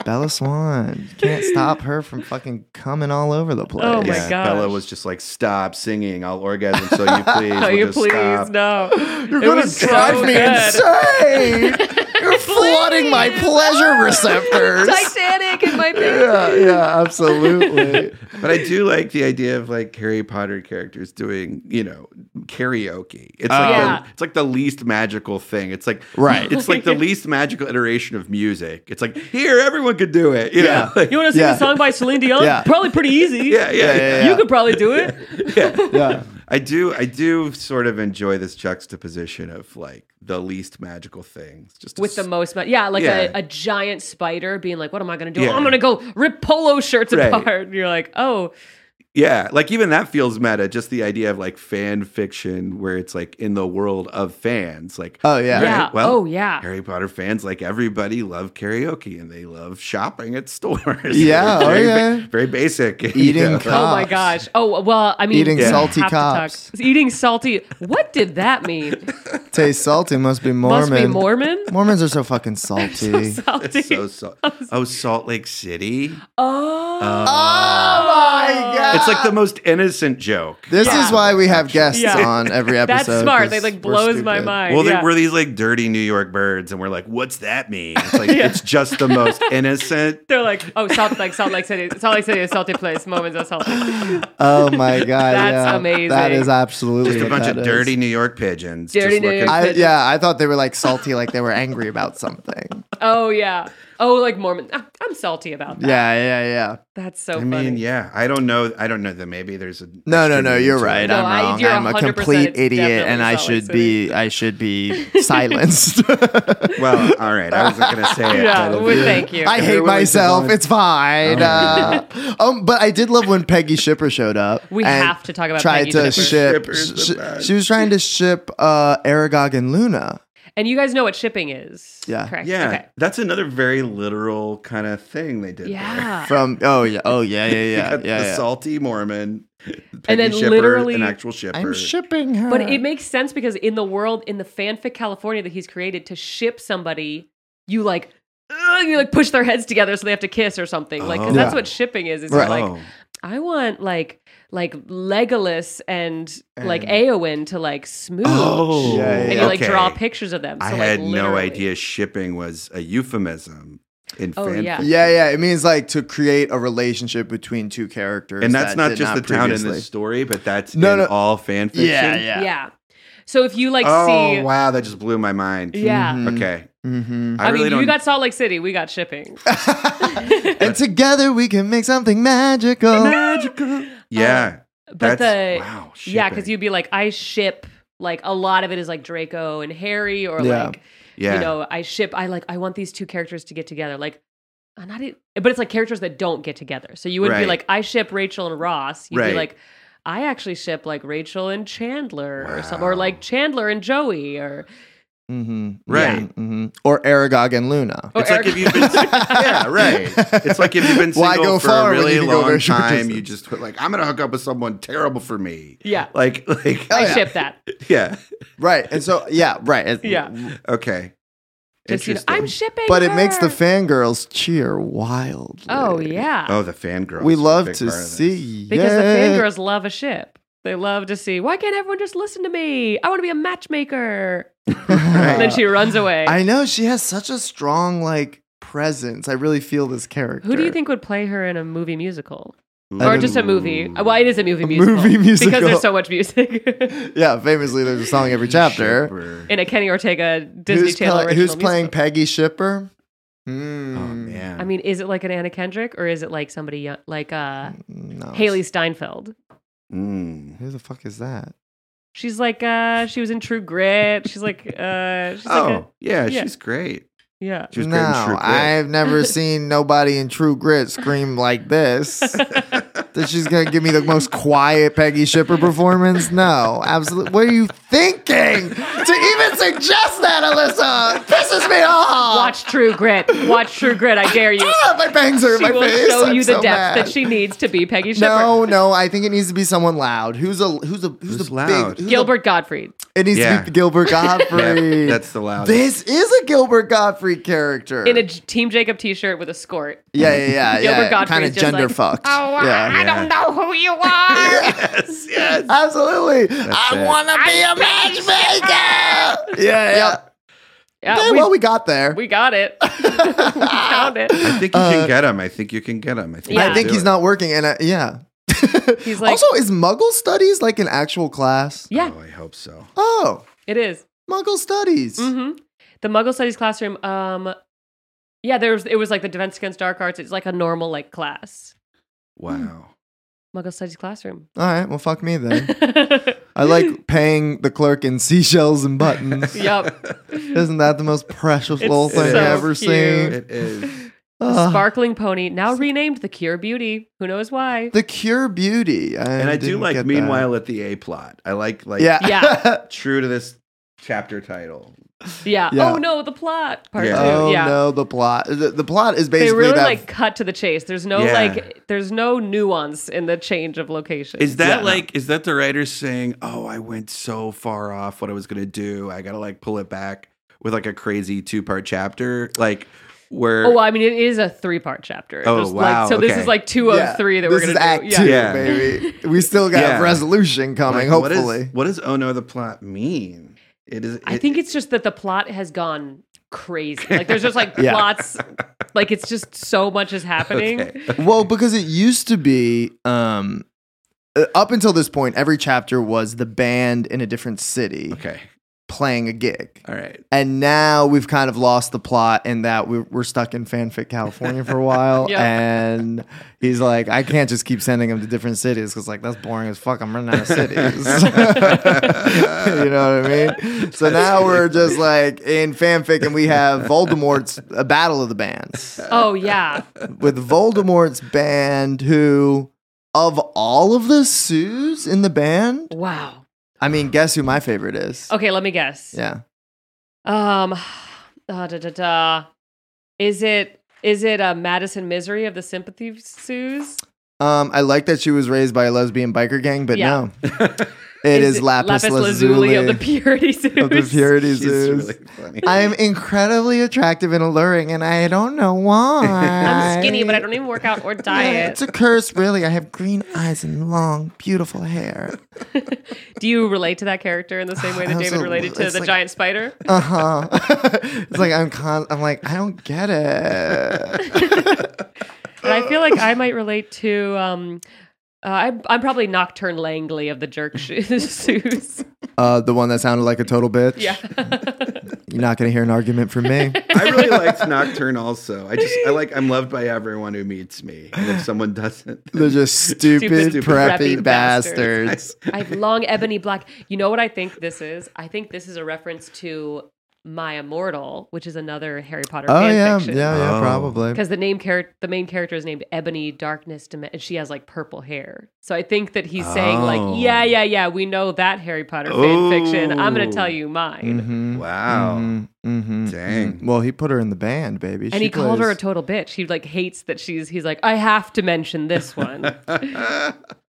[SPEAKER 1] Bella Swan you can't stop her from fucking coming all over the place.
[SPEAKER 2] Oh my
[SPEAKER 6] yeah,
[SPEAKER 2] gosh.
[SPEAKER 6] Bella was just like, "Stop singing. I'll orgasm. So you please.
[SPEAKER 2] oh,
[SPEAKER 6] we'll
[SPEAKER 2] you
[SPEAKER 6] just
[SPEAKER 2] please
[SPEAKER 6] stop."
[SPEAKER 2] no. You're
[SPEAKER 1] You're gonna drive me insane. You're flooding my pleasure receptors.
[SPEAKER 2] Titanic in my pants.
[SPEAKER 1] yeah, yeah, absolutely.
[SPEAKER 6] But I do like the idea of like Harry Potter characters doing, you know, karaoke. It's like
[SPEAKER 2] Yeah.
[SPEAKER 6] the, it's like the least magical thing. It's like
[SPEAKER 1] Right.
[SPEAKER 6] It's like the least magical iteration of music. It's like here everyone could do it. You yeah. Know? Like,
[SPEAKER 2] You want to sing
[SPEAKER 1] Yeah.
[SPEAKER 2] a song by Celine Dion?
[SPEAKER 1] Yeah.
[SPEAKER 2] Probably pretty easy.
[SPEAKER 6] yeah, yeah, yeah,
[SPEAKER 1] yeah,
[SPEAKER 2] You could probably do it.
[SPEAKER 1] yeah.
[SPEAKER 6] I do I do sort of enjoy this juxtaposition of like the least magical things. Just a
[SPEAKER 2] With the
[SPEAKER 6] s-
[SPEAKER 2] most, ma- yeah, like A,
[SPEAKER 6] Yeah.
[SPEAKER 2] a giant spider being like, "What am I gonna do?
[SPEAKER 6] Yeah.
[SPEAKER 2] I'm gonna go rip polo shirts
[SPEAKER 6] Right.
[SPEAKER 2] apart." And you're like, "Oh,
[SPEAKER 6] Yeah, like even that feels meta. Just the idea of like fan fiction, where it's like in the world of fans. Like,
[SPEAKER 1] Oh, yeah.
[SPEAKER 6] all
[SPEAKER 2] Yeah. Oh, yeah.
[SPEAKER 6] Harry Potter fans, like everybody, love karaoke and they love shopping at stores.
[SPEAKER 1] Yeah, oh,
[SPEAKER 6] very, ba-
[SPEAKER 1] yeah.
[SPEAKER 6] very basic. you
[SPEAKER 1] Eating
[SPEAKER 6] know.
[SPEAKER 1] cow-
[SPEAKER 2] oh my
[SPEAKER 1] Cops.
[SPEAKER 2] gosh, oh well." I mean,
[SPEAKER 1] Eating
[SPEAKER 2] we
[SPEAKER 1] salty
[SPEAKER 2] have to talk-
[SPEAKER 1] cops.
[SPEAKER 2] eating salty. What did that mean?
[SPEAKER 1] Taste salty must be Mormon.
[SPEAKER 2] Must be Mormon.
[SPEAKER 1] Mormons are so fucking salty.
[SPEAKER 2] Salty.
[SPEAKER 6] It's so salt. Oh, Salt Lake City.
[SPEAKER 2] oh,
[SPEAKER 6] It's like
[SPEAKER 2] Uh.
[SPEAKER 6] the most innocent joke.
[SPEAKER 1] This is why we have guests
[SPEAKER 2] Yeah.
[SPEAKER 1] on every episode.
[SPEAKER 2] that's smart.
[SPEAKER 1] 'cause
[SPEAKER 2] They like
[SPEAKER 1] we're
[SPEAKER 2] blows my
[SPEAKER 1] stupid.
[SPEAKER 2] mind.
[SPEAKER 6] Well, they
[SPEAKER 2] yeah.
[SPEAKER 6] we're these like dirty New York birds, and we're like, what's that mean? It's like it's just the most innocent.
[SPEAKER 2] They're like, oh, Salt Lake, Salt Lake City, Salt Lake City is a salty place. Moments of salty.
[SPEAKER 1] Oh my god,
[SPEAKER 2] That's
[SPEAKER 1] yeah.
[SPEAKER 2] amazing.
[SPEAKER 1] That is absolutely
[SPEAKER 6] Just a
[SPEAKER 1] what
[SPEAKER 6] bunch
[SPEAKER 1] that
[SPEAKER 6] of
[SPEAKER 1] is.
[SPEAKER 6] dirty New York pigeons.
[SPEAKER 2] Dirty
[SPEAKER 6] just
[SPEAKER 2] New York
[SPEAKER 1] I, yeah, I thought they were like salty, like they were angry about something.
[SPEAKER 2] Oh yeah. Oh, like Mormon. Ah, I'm salty about that.
[SPEAKER 1] Yeah, yeah, yeah.
[SPEAKER 2] That's so
[SPEAKER 6] I
[SPEAKER 2] funny.
[SPEAKER 6] mean, yeah, I don't know. I don't know that maybe there's a
[SPEAKER 1] No, no,
[SPEAKER 6] extra
[SPEAKER 1] no.
[SPEAKER 6] meaning
[SPEAKER 1] You're
[SPEAKER 6] to it.
[SPEAKER 1] right.
[SPEAKER 2] No,
[SPEAKER 1] I'm
[SPEAKER 2] I-
[SPEAKER 1] wrong.
[SPEAKER 2] you're
[SPEAKER 1] I'm a
[SPEAKER 2] 100%
[SPEAKER 1] complete idiot,
[SPEAKER 2] definitely
[SPEAKER 1] and I
[SPEAKER 2] Salt Lake
[SPEAKER 1] should be. I should be silenced.
[SPEAKER 6] Well, all right. I wasn't gonna say it.
[SPEAKER 2] Yeah,
[SPEAKER 6] but-
[SPEAKER 2] well, thank you.
[SPEAKER 1] I hate
[SPEAKER 6] Everyone likes
[SPEAKER 1] myself.
[SPEAKER 6] Devon.
[SPEAKER 1] It's fine. Uh, um, but I did love when Peggy Shipper showed up.
[SPEAKER 2] Oh. We
[SPEAKER 1] and
[SPEAKER 2] have to talk about
[SPEAKER 1] tried
[SPEAKER 2] Peggy
[SPEAKER 1] to
[SPEAKER 2] Shipper.
[SPEAKER 1] ship.
[SPEAKER 6] Shipper's the
[SPEAKER 1] sh-
[SPEAKER 6] best.
[SPEAKER 1] she was trying to ship uh, Aragog and Luna.
[SPEAKER 2] and you guys know what shipping is.
[SPEAKER 1] Yeah.
[SPEAKER 2] Correct.
[SPEAKER 6] yeah,
[SPEAKER 2] Okay.
[SPEAKER 6] that's another very literal kind of thing they did. there.
[SPEAKER 2] Yeah.
[SPEAKER 1] From oh yeah oh yeah yeah
[SPEAKER 6] You
[SPEAKER 1] yeah
[SPEAKER 6] got
[SPEAKER 1] yeah.
[SPEAKER 6] the
[SPEAKER 1] yeah.
[SPEAKER 6] salty Mormon, Peggy
[SPEAKER 2] then
[SPEAKER 6] Shipper,
[SPEAKER 2] literally-
[SPEAKER 6] an actual shipper.
[SPEAKER 1] I'm shipping her.
[SPEAKER 2] But it makes sense because in the world, in the fanfic California that he's created, to ship somebody, you like, ugh, you like push their heads together so they have to kiss or something. Like, 'cause
[SPEAKER 6] Oh.
[SPEAKER 2] that's
[SPEAKER 1] Uh-huh. Yeah.
[SPEAKER 2] what shipping is. Is
[SPEAKER 1] Right.
[SPEAKER 2] like,
[SPEAKER 6] oh,
[SPEAKER 2] I want like, like Legolas and, like
[SPEAKER 1] And-
[SPEAKER 2] Eowyn to like smooch.
[SPEAKER 1] Yeah,
[SPEAKER 6] Oh,
[SPEAKER 1] yeah,
[SPEAKER 2] and
[SPEAKER 1] yeah.
[SPEAKER 2] you like draw
[SPEAKER 6] okay.
[SPEAKER 2] pictures of them. So,
[SPEAKER 6] I
[SPEAKER 2] like,
[SPEAKER 6] had no
[SPEAKER 2] literally.
[SPEAKER 6] idea shipping was a euphemism in
[SPEAKER 2] Oh,
[SPEAKER 6] fan
[SPEAKER 2] yeah.
[SPEAKER 6] fiction.
[SPEAKER 1] yeah yeah it means like to create a relationship between two characters,
[SPEAKER 6] and that's
[SPEAKER 1] that
[SPEAKER 6] not
[SPEAKER 1] did
[SPEAKER 6] just the town in
[SPEAKER 1] previously-
[SPEAKER 6] this story, but that's
[SPEAKER 1] No,
[SPEAKER 6] in
[SPEAKER 1] no.
[SPEAKER 6] all fan fiction.
[SPEAKER 1] Yeah yeah
[SPEAKER 2] Yeah. So if you like see,
[SPEAKER 6] Oh wow, that just blew my mind.
[SPEAKER 2] yeah.
[SPEAKER 1] Mhm.
[SPEAKER 6] Okay,
[SPEAKER 1] Mm-hmm.
[SPEAKER 2] I,
[SPEAKER 6] I, really
[SPEAKER 2] mean, you
[SPEAKER 6] don't.
[SPEAKER 2] got Salt Lake City, we got shipping.
[SPEAKER 1] and together we can make something magical. Magical.
[SPEAKER 2] uh,
[SPEAKER 6] yeah,
[SPEAKER 2] But the
[SPEAKER 6] that's- wow,
[SPEAKER 2] yeah, because
[SPEAKER 6] shipping.
[SPEAKER 2] you'd be like, I ship like a lot of it is like Draco and Harry, or
[SPEAKER 1] Yeah.
[SPEAKER 2] like
[SPEAKER 6] yeah.
[SPEAKER 2] you know, I ship. I like I want these two characters to get together. Like, I'm not, e- but it's like characters that don't get together. So you would not be
[SPEAKER 6] Right.
[SPEAKER 2] like, I ship Rachel and Ross. You'd
[SPEAKER 6] Right.
[SPEAKER 2] be like. I actually ship like Rachel and Chandler or some,
[SPEAKER 6] Wow.
[SPEAKER 2] or like Chandler and Joey, or
[SPEAKER 1] Mm-hmm.
[SPEAKER 6] Right.
[SPEAKER 1] Mm-hmm. Or Aragog and Luna.
[SPEAKER 2] or
[SPEAKER 6] it's like if you've been, yeah, right. It's like if you've been
[SPEAKER 1] Why
[SPEAKER 6] single
[SPEAKER 1] go
[SPEAKER 6] for
[SPEAKER 1] far
[SPEAKER 6] a
[SPEAKER 1] when
[SPEAKER 6] really
[SPEAKER 1] you can go
[SPEAKER 6] long
[SPEAKER 1] very short
[SPEAKER 6] time.
[SPEAKER 1] distance?
[SPEAKER 6] You just put like, I'm gonna hook up with someone terrible for me.
[SPEAKER 2] yeah,
[SPEAKER 6] Like, like,
[SPEAKER 2] I ship that.
[SPEAKER 6] yeah,
[SPEAKER 1] Right. And so, yeah, right. It's-
[SPEAKER 2] Yeah.
[SPEAKER 6] okay.
[SPEAKER 2] Just, you know,
[SPEAKER 6] Interesting.
[SPEAKER 2] I'm shipping.
[SPEAKER 1] But it makes the
[SPEAKER 2] her."
[SPEAKER 1] fangirls cheer wildly.
[SPEAKER 2] oh yeah,
[SPEAKER 6] Oh, the fangirls.
[SPEAKER 1] we
[SPEAKER 6] were a
[SPEAKER 1] love
[SPEAKER 6] big
[SPEAKER 1] to
[SPEAKER 6] part of this.
[SPEAKER 1] see.
[SPEAKER 2] because
[SPEAKER 1] yeah.
[SPEAKER 2] the fangirls love a ship. They love to see. Why can't everyone just listen to me? I want to be a matchmaker. and then she runs away.
[SPEAKER 1] I know she has such a strong like presence. I really feel this character.
[SPEAKER 2] Who do you think would play her in a movie musical?
[SPEAKER 1] I
[SPEAKER 2] Or
[SPEAKER 1] don't-
[SPEAKER 2] just a movie? Well, it is a movie
[SPEAKER 1] A
[SPEAKER 2] musical.
[SPEAKER 1] movie musical.
[SPEAKER 2] Because there's so much music.
[SPEAKER 1] Yeah, famously, there's a song every chapter.
[SPEAKER 6] Shipper.
[SPEAKER 2] in a Kenny Ortega Disney
[SPEAKER 1] who's
[SPEAKER 2] Channel
[SPEAKER 1] pla-
[SPEAKER 2] original
[SPEAKER 1] who's playing
[SPEAKER 2] musical.
[SPEAKER 1] Peggy Shipper?
[SPEAKER 6] Oh
[SPEAKER 1] Hmm.
[SPEAKER 6] man.
[SPEAKER 2] mm, I mean, is it like an Anna Kendrick or is it like somebody yo- like uh,
[SPEAKER 1] no,
[SPEAKER 2] Haley Steinfeld?
[SPEAKER 6] Mm.
[SPEAKER 1] Who the fuck is that?
[SPEAKER 2] She's like uh, she was in True Grit. She's like uh, she's
[SPEAKER 6] Oh
[SPEAKER 2] like a,
[SPEAKER 6] yeah,
[SPEAKER 2] yeah.
[SPEAKER 6] she's great.
[SPEAKER 2] yeah.
[SPEAKER 6] She was
[SPEAKER 1] no,
[SPEAKER 6] great in True Grit.
[SPEAKER 1] I've never seen nobody in True Grit scream like this. that she's gonna give me the most quiet Peggy Shipper performance? No, absolutely. What are you thinking? To even suggest that, Alyssa, pisses me off.
[SPEAKER 2] Watch True Grit. Watch True Grit. I dare you.
[SPEAKER 1] Ah, my bangs are in
[SPEAKER 2] She
[SPEAKER 1] my
[SPEAKER 2] will
[SPEAKER 1] face.
[SPEAKER 2] show
[SPEAKER 1] I'm
[SPEAKER 2] you the
[SPEAKER 1] so
[SPEAKER 2] depth
[SPEAKER 1] mad.
[SPEAKER 2] that she needs to be Peggy Shepard.
[SPEAKER 1] No, no, I think it needs to be someone loud. Who's a who's a who's,
[SPEAKER 6] Who's
[SPEAKER 1] a
[SPEAKER 6] loud?
[SPEAKER 1] Big, who's a-
[SPEAKER 2] Gilbert Gottfried.
[SPEAKER 1] it needs
[SPEAKER 6] Yeah.
[SPEAKER 1] to be Gilbert Godfrey.
[SPEAKER 6] Yeah, that's the loudest.
[SPEAKER 1] This is a Gilbert Godfrey character.
[SPEAKER 2] in a J- Team Jacob t-shirt with a skirt.
[SPEAKER 1] yeah, yeah, yeah,
[SPEAKER 2] Gilbert
[SPEAKER 1] yeah.
[SPEAKER 2] Gottfried's
[SPEAKER 1] kind of
[SPEAKER 2] just like,
[SPEAKER 1] gender fucked.
[SPEAKER 8] Oh,
[SPEAKER 1] yeah.
[SPEAKER 8] I don't know who you are.
[SPEAKER 6] yes, yes.
[SPEAKER 1] Absolutely. I
[SPEAKER 6] it.
[SPEAKER 1] want to be a matchmaker. yeah, yeah.
[SPEAKER 2] Yeah,
[SPEAKER 1] Yeah,
[SPEAKER 2] Uh, we,
[SPEAKER 1] well, we got there.
[SPEAKER 2] we got it. we found it.
[SPEAKER 6] I think you can get him. I think you can get him. I think,
[SPEAKER 2] Yeah.
[SPEAKER 1] Uh, I think he's not working, and I, yeah.
[SPEAKER 2] He's like-
[SPEAKER 1] also, is Muggle Studies like an actual class?
[SPEAKER 2] Yeah,
[SPEAKER 6] Oh, I hope so.
[SPEAKER 1] Oh,
[SPEAKER 2] it is.
[SPEAKER 1] Muggle Studies.
[SPEAKER 2] Mm-hmm. The Muggle Studies classroom. Um, yeah, there was. It was like the Defense Against Dark Arts. It's like a normal like class. Hmm.
[SPEAKER 6] Wow.
[SPEAKER 2] Muggle Studies classroom.
[SPEAKER 1] All right, well, fuck me then.
[SPEAKER 2] yep.
[SPEAKER 1] I like paying the clerk in seashells and buttons. Isn't that the most precious little
[SPEAKER 2] It's
[SPEAKER 1] thing
[SPEAKER 6] so
[SPEAKER 1] I've ever
[SPEAKER 2] cute.
[SPEAKER 1] seen?
[SPEAKER 6] It is.
[SPEAKER 1] Ugh.
[SPEAKER 2] Sparkling pony now renamed the Cure Beauty. Who knows why?
[SPEAKER 1] the Cure Beauty.
[SPEAKER 6] And I do
[SPEAKER 1] didn't
[SPEAKER 6] like
[SPEAKER 1] get
[SPEAKER 6] meanwhile at the A plot. I like like
[SPEAKER 1] that. Yeah.
[SPEAKER 2] Yeah.
[SPEAKER 6] true to this chapter title.
[SPEAKER 2] Yeah.
[SPEAKER 1] Yeah.
[SPEAKER 2] Oh no, the plot part
[SPEAKER 6] Yeah.
[SPEAKER 2] two.
[SPEAKER 1] oh
[SPEAKER 2] yeah.
[SPEAKER 1] no, the plot. The, the plot is
[SPEAKER 2] They
[SPEAKER 1] basically
[SPEAKER 2] really
[SPEAKER 1] that.
[SPEAKER 2] like cut to the chase. There's no
[SPEAKER 6] Yeah.
[SPEAKER 2] like, there's no nuance in the change of location.
[SPEAKER 6] Is that like is that the writer saying, "Oh, I went so far off what I was going to do. I got to like pull it back with like a crazy two-part chapter like where
[SPEAKER 2] Oh, well, I mean, it is a three-part chapter.
[SPEAKER 6] Oh,
[SPEAKER 2] There's,
[SPEAKER 6] wow,
[SPEAKER 2] Like, so this
[SPEAKER 6] okay.
[SPEAKER 2] is like two of
[SPEAKER 1] Yeah,
[SPEAKER 2] three that
[SPEAKER 1] this
[SPEAKER 2] we're
[SPEAKER 1] is
[SPEAKER 2] gonna
[SPEAKER 1] Act
[SPEAKER 2] do.
[SPEAKER 1] Two,
[SPEAKER 6] Yeah.
[SPEAKER 1] baby. We still got
[SPEAKER 6] Yeah.
[SPEAKER 1] resolution coming.
[SPEAKER 6] Like, What,
[SPEAKER 1] hopefully,
[SPEAKER 6] is, what does "Oh no, the plot" mean? It is.
[SPEAKER 2] I
[SPEAKER 6] it-
[SPEAKER 2] think it's just that the plot has gone crazy. Like there's just like
[SPEAKER 1] Yeah.
[SPEAKER 2] plots, like it's just so much is happening.
[SPEAKER 6] Okay.
[SPEAKER 1] well, because it used to be um, uh, up until this point, every chapter was the band in a different city
[SPEAKER 6] Okay.
[SPEAKER 1] playing a gig.
[SPEAKER 6] All right.
[SPEAKER 1] And now we've kind of lost the plot in that we're, we're stuck in fanfic California for a while.
[SPEAKER 2] Yeah.
[SPEAKER 1] And he's like, I can't just keep sending him to different cities because, like, that's boring as fuck. I'm running out of cities. you know what I mean? So now we're just like in fanfic and we have Voldemort's A Battle of the Bands
[SPEAKER 2] Oh yeah,
[SPEAKER 1] with Voldemort's band, who, of all of the Sues in the band,
[SPEAKER 2] wow.
[SPEAKER 1] I mean, guess who my favorite is?
[SPEAKER 2] Okay, let me guess.
[SPEAKER 1] Yeah.
[SPEAKER 2] Um, ah, da, da, da. is it is it a Madison Misery of the Sympathy Sues?
[SPEAKER 1] Um, I like that she was raised by a lesbian biker gang, but
[SPEAKER 2] Yeah.
[SPEAKER 1] no, it is,
[SPEAKER 2] Lapis
[SPEAKER 1] lapis,
[SPEAKER 2] Lazuli,
[SPEAKER 1] lazuli
[SPEAKER 2] of the Purity Sues?
[SPEAKER 1] of the purity
[SPEAKER 6] She's
[SPEAKER 1] Zeus.
[SPEAKER 6] really funny.
[SPEAKER 1] I am incredibly attractive and alluring, and I don't know why.
[SPEAKER 2] I'm skinny, but I don't even work out or
[SPEAKER 1] Yeah,
[SPEAKER 2] diet.
[SPEAKER 1] It's a curse, really. I have green eyes and long, beautiful hair.
[SPEAKER 2] Do you relate to that character in the same way that David related to
[SPEAKER 1] It's
[SPEAKER 2] the
[SPEAKER 1] like-
[SPEAKER 2] giant spider?
[SPEAKER 1] Uh huh. it's like I'm con. I'm like I don't get it.
[SPEAKER 2] And I feel like I might relate to. Um, uh, I'm, I'm probably Nocturne Langley of the Jerk Suits.
[SPEAKER 1] uh, the one that sounded like a total bitch.
[SPEAKER 2] yeah.
[SPEAKER 1] You're not gonna hear an argument from me.
[SPEAKER 6] I really liked Nocturne also. I just I like I'm loved by everyone who meets me. And if someone doesn't
[SPEAKER 1] They're just stupid,
[SPEAKER 2] Stupid,
[SPEAKER 1] preppy,
[SPEAKER 2] preppy bastards.
[SPEAKER 1] bastards.
[SPEAKER 2] I have long ebony black. You know what I think this is? I think this is a reference to My Immortal, which is another Harry Potter
[SPEAKER 1] Oh
[SPEAKER 2] fan
[SPEAKER 1] yeah,
[SPEAKER 2] fiction.
[SPEAKER 1] yeah, yeah,
[SPEAKER 6] Oh.
[SPEAKER 1] probably.
[SPEAKER 2] Because the name character, the main character is named Ebony Darkness, Dem- and she has like purple hair. So I think that he's saying
[SPEAKER 6] Oh.
[SPEAKER 2] like, yeah, yeah, yeah, we know that Harry Potter fan fiction. I'm gonna tell you mine.
[SPEAKER 6] Mm-hmm.
[SPEAKER 1] Mhm.
[SPEAKER 6] Wow.
[SPEAKER 1] Mhm. Mhm.
[SPEAKER 6] Oh. Dang.
[SPEAKER 1] Mhm. Well, he put her in the band, baby.
[SPEAKER 2] And
[SPEAKER 1] She
[SPEAKER 2] he called her a
[SPEAKER 1] plays-
[SPEAKER 2] total bitch. He like hates that she's. He's like, I have to mention this one.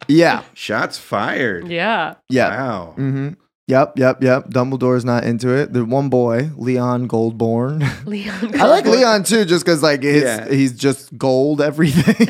[SPEAKER 1] yeah,
[SPEAKER 6] Shots fired.
[SPEAKER 2] yeah.
[SPEAKER 1] yeah.
[SPEAKER 6] Wow.
[SPEAKER 1] hmm Yep, yep, yep. Dumbledore's not into it. The one boy, Leon Goldborn.
[SPEAKER 2] Leon.
[SPEAKER 1] I like Leon too, just because like his,
[SPEAKER 6] Yeah.
[SPEAKER 1] he's just gold everything.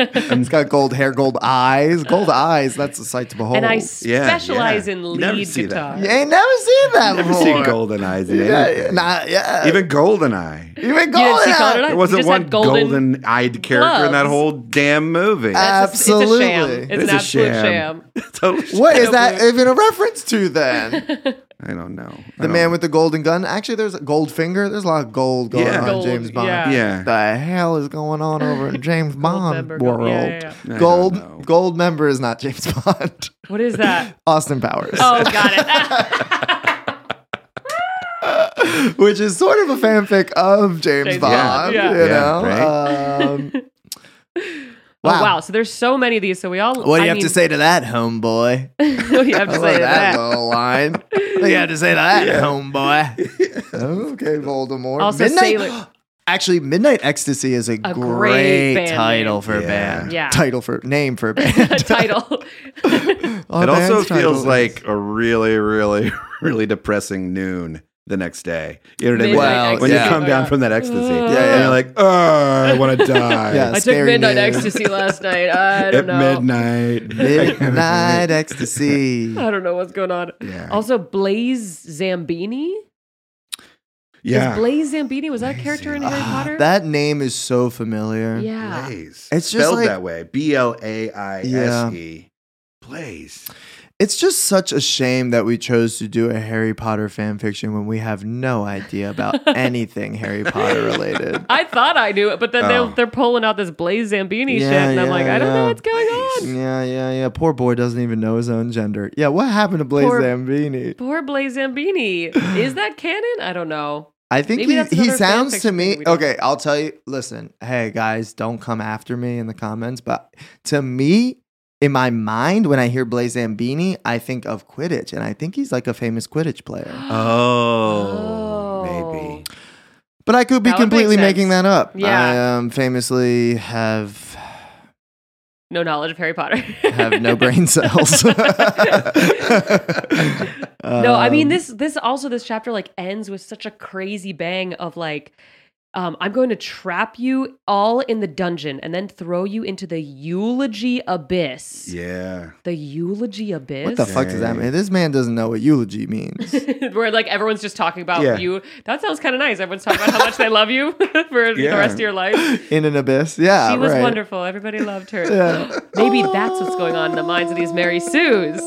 [SPEAKER 1] he's got gold hair, gold eyes, gold eyes. That's a sight to behold.
[SPEAKER 2] and I
[SPEAKER 6] Oh, yeah.
[SPEAKER 2] specialize in
[SPEAKER 6] You never
[SPEAKER 2] lead
[SPEAKER 6] see that.
[SPEAKER 2] guitar.
[SPEAKER 1] you ain't never seen that
[SPEAKER 6] Never
[SPEAKER 1] before.
[SPEAKER 6] seen Golden Eyes. in
[SPEAKER 1] Oh. Yeah,
[SPEAKER 6] anything.
[SPEAKER 1] nah, yeah.
[SPEAKER 6] Even Golden Eye.
[SPEAKER 1] even
[SPEAKER 2] You didn't see
[SPEAKER 1] gold.
[SPEAKER 2] Goldeneye?
[SPEAKER 6] There
[SPEAKER 2] You
[SPEAKER 6] wasn't
[SPEAKER 2] just
[SPEAKER 6] one
[SPEAKER 2] had golden-
[SPEAKER 6] golden eyed character in that
[SPEAKER 2] gloves.
[SPEAKER 6] whole damn movie.
[SPEAKER 1] Uh,
[SPEAKER 2] That's a- It's a sham.
[SPEAKER 1] Absolutely. It's
[SPEAKER 2] It's, an
[SPEAKER 6] a
[SPEAKER 2] absolute
[SPEAKER 6] sham.
[SPEAKER 2] sham.
[SPEAKER 6] Totally-
[SPEAKER 1] What is that even a reference to then?
[SPEAKER 6] I don't know.
[SPEAKER 1] the man with the golden gun. Actually, there's a gold finger. There's a lot of gold going
[SPEAKER 6] Yeah.
[SPEAKER 1] on
[SPEAKER 2] Gold,
[SPEAKER 1] in James Bond.
[SPEAKER 2] yeah.
[SPEAKER 6] Yeah.
[SPEAKER 1] The hell is going on over in James Bond
[SPEAKER 2] member, gold-
[SPEAKER 1] world?
[SPEAKER 2] yeah, yeah,
[SPEAKER 6] yeah. I don't know.
[SPEAKER 1] Gold gold member is not James Bond.
[SPEAKER 2] What is that?
[SPEAKER 1] Austin Powers,
[SPEAKER 2] Oh, got it.
[SPEAKER 1] which is sort of a fanfic of James,
[SPEAKER 2] James
[SPEAKER 1] Bond.
[SPEAKER 2] Bond, yeah.
[SPEAKER 1] You
[SPEAKER 6] Yeah,
[SPEAKER 1] know. Um,
[SPEAKER 2] Oh, wow. So there's so many of these. So we all.
[SPEAKER 1] What do you
[SPEAKER 2] I
[SPEAKER 1] have
[SPEAKER 2] mean-
[SPEAKER 1] to say to that, homeboy? I
[SPEAKER 2] what do you have to say
[SPEAKER 1] love
[SPEAKER 2] to
[SPEAKER 1] that,
[SPEAKER 2] that?
[SPEAKER 1] little line. What do you have to say to that, homeboy? okay, Voldemort.
[SPEAKER 2] Also,
[SPEAKER 1] Midnight.
[SPEAKER 2] Sailor-
[SPEAKER 1] Actually, Midnight Ecstasy is a,
[SPEAKER 2] great
[SPEAKER 1] great,
[SPEAKER 2] band
[SPEAKER 1] title
[SPEAKER 2] name.
[SPEAKER 1] for a
[SPEAKER 6] Yeah.
[SPEAKER 1] band.
[SPEAKER 2] Yeah.
[SPEAKER 1] Title for name for a band.
[SPEAKER 2] title.
[SPEAKER 1] All
[SPEAKER 6] it also
[SPEAKER 1] bands'
[SPEAKER 6] feels
[SPEAKER 1] titles.
[SPEAKER 6] like a really, really, really depressing noon the next day. You know what I mean?
[SPEAKER 2] Midnight
[SPEAKER 1] Well,
[SPEAKER 6] when
[SPEAKER 1] yeah.
[SPEAKER 6] you come down
[SPEAKER 2] Yeah.
[SPEAKER 6] from that ecstasy,
[SPEAKER 2] Yeah,
[SPEAKER 6] and
[SPEAKER 1] yeah.
[SPEAKER 6] you're like, oh, I want to die.
[SPEAKER 1] Yeah,
[SPEAKER 2] I took
[SPEAKER 1] scary
[SPEAKER 2] midnight
[SPEAKER 1] noon.
[SPEAKER 2] ecstasy last night. I
[SPEAKER 6] At
[SPEAKER 2] don't know.
[SPEAKER 6] midnight.
[SPEAKER 1] Midnight Ecstasy.
[SPEAKER 2] I don't know what's going on.
[SPEAKER 6] Yeah.
[SPEAKER 2] Also, Blaze Zambini.
[SPEAKER 6] yeah.
[SPEAKER 2] Is Blaze Zambini was that a character in Harry Potter?
[SPEAKER 1] Ah, That name is so familiar.
[SPEAKER 2] yeah.
[SPEAKER 6] Blaze.
[SPEAKER 1] It's just
[SPEAKER 6] spelled
[SPEAKER 1] like-
[SPEAKER 6] that way. B L A I S E. Blaze.
[SPEAKER 1] It's just such a shame that we chose to do a Harry Potter fan fiction when we have no idea about anything Harry Potter related.
[SPEAKER 2] I thought I knew it, but then
[SPEAKER 6] Oh.
[SPEAKER 2] they're, they're pulling out this Blaze Zambini
[SPEAKER 1] Yeah,
[SPEAKER 2] shit, and I'm
[SPEAKER 1] yeah,
[SPEAKER 2] like, I don't know
[SPEAKER 1] yeah.
[SPEAKER 2] what's going on.
[SPEAKER 1] Yeah, yeah, yeah. Poor boy doesn't even know his own gender. Yeah, what happened to Blaze
[SPEAKER 2] Poor-
[SPEAKER 1] Zambini?
[SPEAKER 2] Poor Blaze Zambini. Is that canon? I don't know.
[SPEAKER 1] I think
[SPEAKER 2] Maybe
[SPEAKER 1] he,
[SPEAKER 2] that's
[SPEAKER 1] he
[SPEAKER 2] another fan
[SPEAKER 1] sounds to
[SPEAKER 2] fiction thing
[SPEAKER 1] me.
[SPEAKER 2] we don't-
[SPEAKER 1] Okay, I'll tell you. Listen, hey guys, don't come after me in the comments. But to me, in my mind, when I hear Blaze Zambini, I think of Quidditch, and I think he's like a famous Quidditch player.
[SPEAKER 6] Oh,
[SPEAKER 2] Oh.
[SPEAKER 6] maybe.
[SPEAKER 1] But I could be
[SPEAKER 2] That would make
[SPEAKER 1] completely making that
[SPEAKER 2] sense.
[SPEAKER 1] up.
[SPEAKER 2] Yeah.
[SPEAKER 1] I um, famously have
[SPEAKER 2] No knowledge of Harry Potter.
[SPEAKER 1] have no brain cells.
[SPEAKER 2] no, I mean
[SPEAKER 1] Um,
[SPEAKER 2] this. This also this chapter like ends with such a crazy bang of like, um, I'm going to trap you all in the dungeon and then throw you into the eulogy abyss.
[SPEAKER 6] Yeah.
[SPEAKER 2] The eulogy abyss.
[SPEAKER 1] What the fuck does that
[SPEAKER 6] Dang.
[SPEAKER 1] mean? This man doesn't know what eulogy means.
[SPEAKER 2] Where like everyone's just talking about
[SPEAKER 6] Yeah.
[SPEAKER 2] you. That sounds kind of nice. Everyone's talking about how much they love you for the
[SPEAKER 6] Yeah.
[SPEAKER 2] rest of your life.
[SPEAKER 1] In an abyss. Yeah,
[SPEAKER 2] she was
[SPEAKER 1] right.
[SPEAKER 2] wonderful. Everybody loved her.
[SPEAKER 1] Yeah.
[SPEAKER 2] Maybe that's what's going on in the minds of these Mary Sues.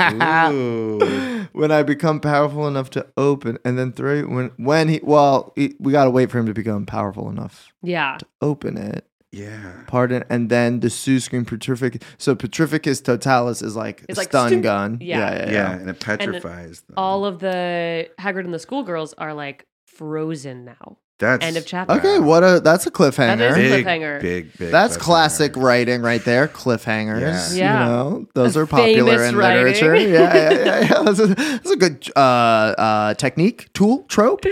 [SPEAKER 1] Ah.
[SPEAKER 6] Ooh.
[SPEAKER 1] when I become powerful enough to open, and then three, when when he, well, he, we gotta wait for him to become powerful enough
[SPEAKER 2] Yeah.
[SPEAKER 1] open it.
[SPEAKER 6] yeah.
[SPEAKER 1] Pardon, and then the Sue scream petrificus. So petrificus totalis is like
[SPEAKER 2] It's
[SPEAKER 1] a
[SPEAKER 2] like
[SPEAKER 1] stun
[SPEAKER 2] stoop.
[SPEAKER 1] gun.
[SPEAKER 2] Yeah.
[SPEAKER 1] Yeah, yeah,
[SPEAKER 6] Yeah.
[SPEAKER 1] yeah.
[SPEAKER 6] And it petrifies them.
[SPEAKER 2] All of the Hagrid and the schoolgirls are like frozen now.
[SPEAKER 6] That's
[SPEAKER 2] end of chapter.
[SPEAKER 1] Okay, what a that's a cliffhanger.
[SPEAKER 2] That is a
[SPEAKER 6] big,
[SPEAKER 2] cliffhanger.
[SPEAKER 6] Big, big.
[SPEAKER 1] That's
[SPEAKER 6] cliffhanger.
[SPEAKER 1] classic writing right there. Cliffhangers.
[SPEAKER 2] Yeah. Yeah.
[SPEAKER 1] You know, those are
[SPEAKER 2] Famous
[SPEAKER 1] popular in
[SPEAKER 2] writing.
[SPEAKER 1] literature. Yeah, yeah, yeah. yeah. That's, a, that's a good uh, uh, technique, tool, trope,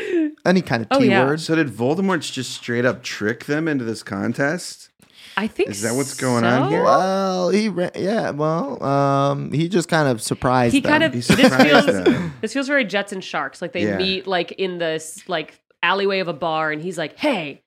[SPEAKER 1] any kind of
[SPEAKER 2] Oh,
[SPEAKER 1] T
[SPEAKER 2] yeah.
[SPEAKER 1] word.
[SPEAKER 6] So did Voldemort just straight up trick them into this contest?
[SPEAKER 2] I think
[SPEAKER 6] Is that what's going on here?
[SPEAKER 2] so.
[SPEAKER 1] Well, he, re- yeah, well, um, he just kind of surprised
[SPEAKER 2] He kind
[SPEAKER 1] them.
[SPEAKER 2] of
[SPEAKER 6] He
[SPEAKER 2] this
[SPEAKER 6] surprised
[SPEAKER 2] feels
[SPEAKER 6] them.
[SPEAKER 2] this feels very Jets and Sharks. Like they
[SPEAKER 6] Yeah.
[SPEAKER 2] meet like in this like alleyway of a bar, and he's like, "Hey,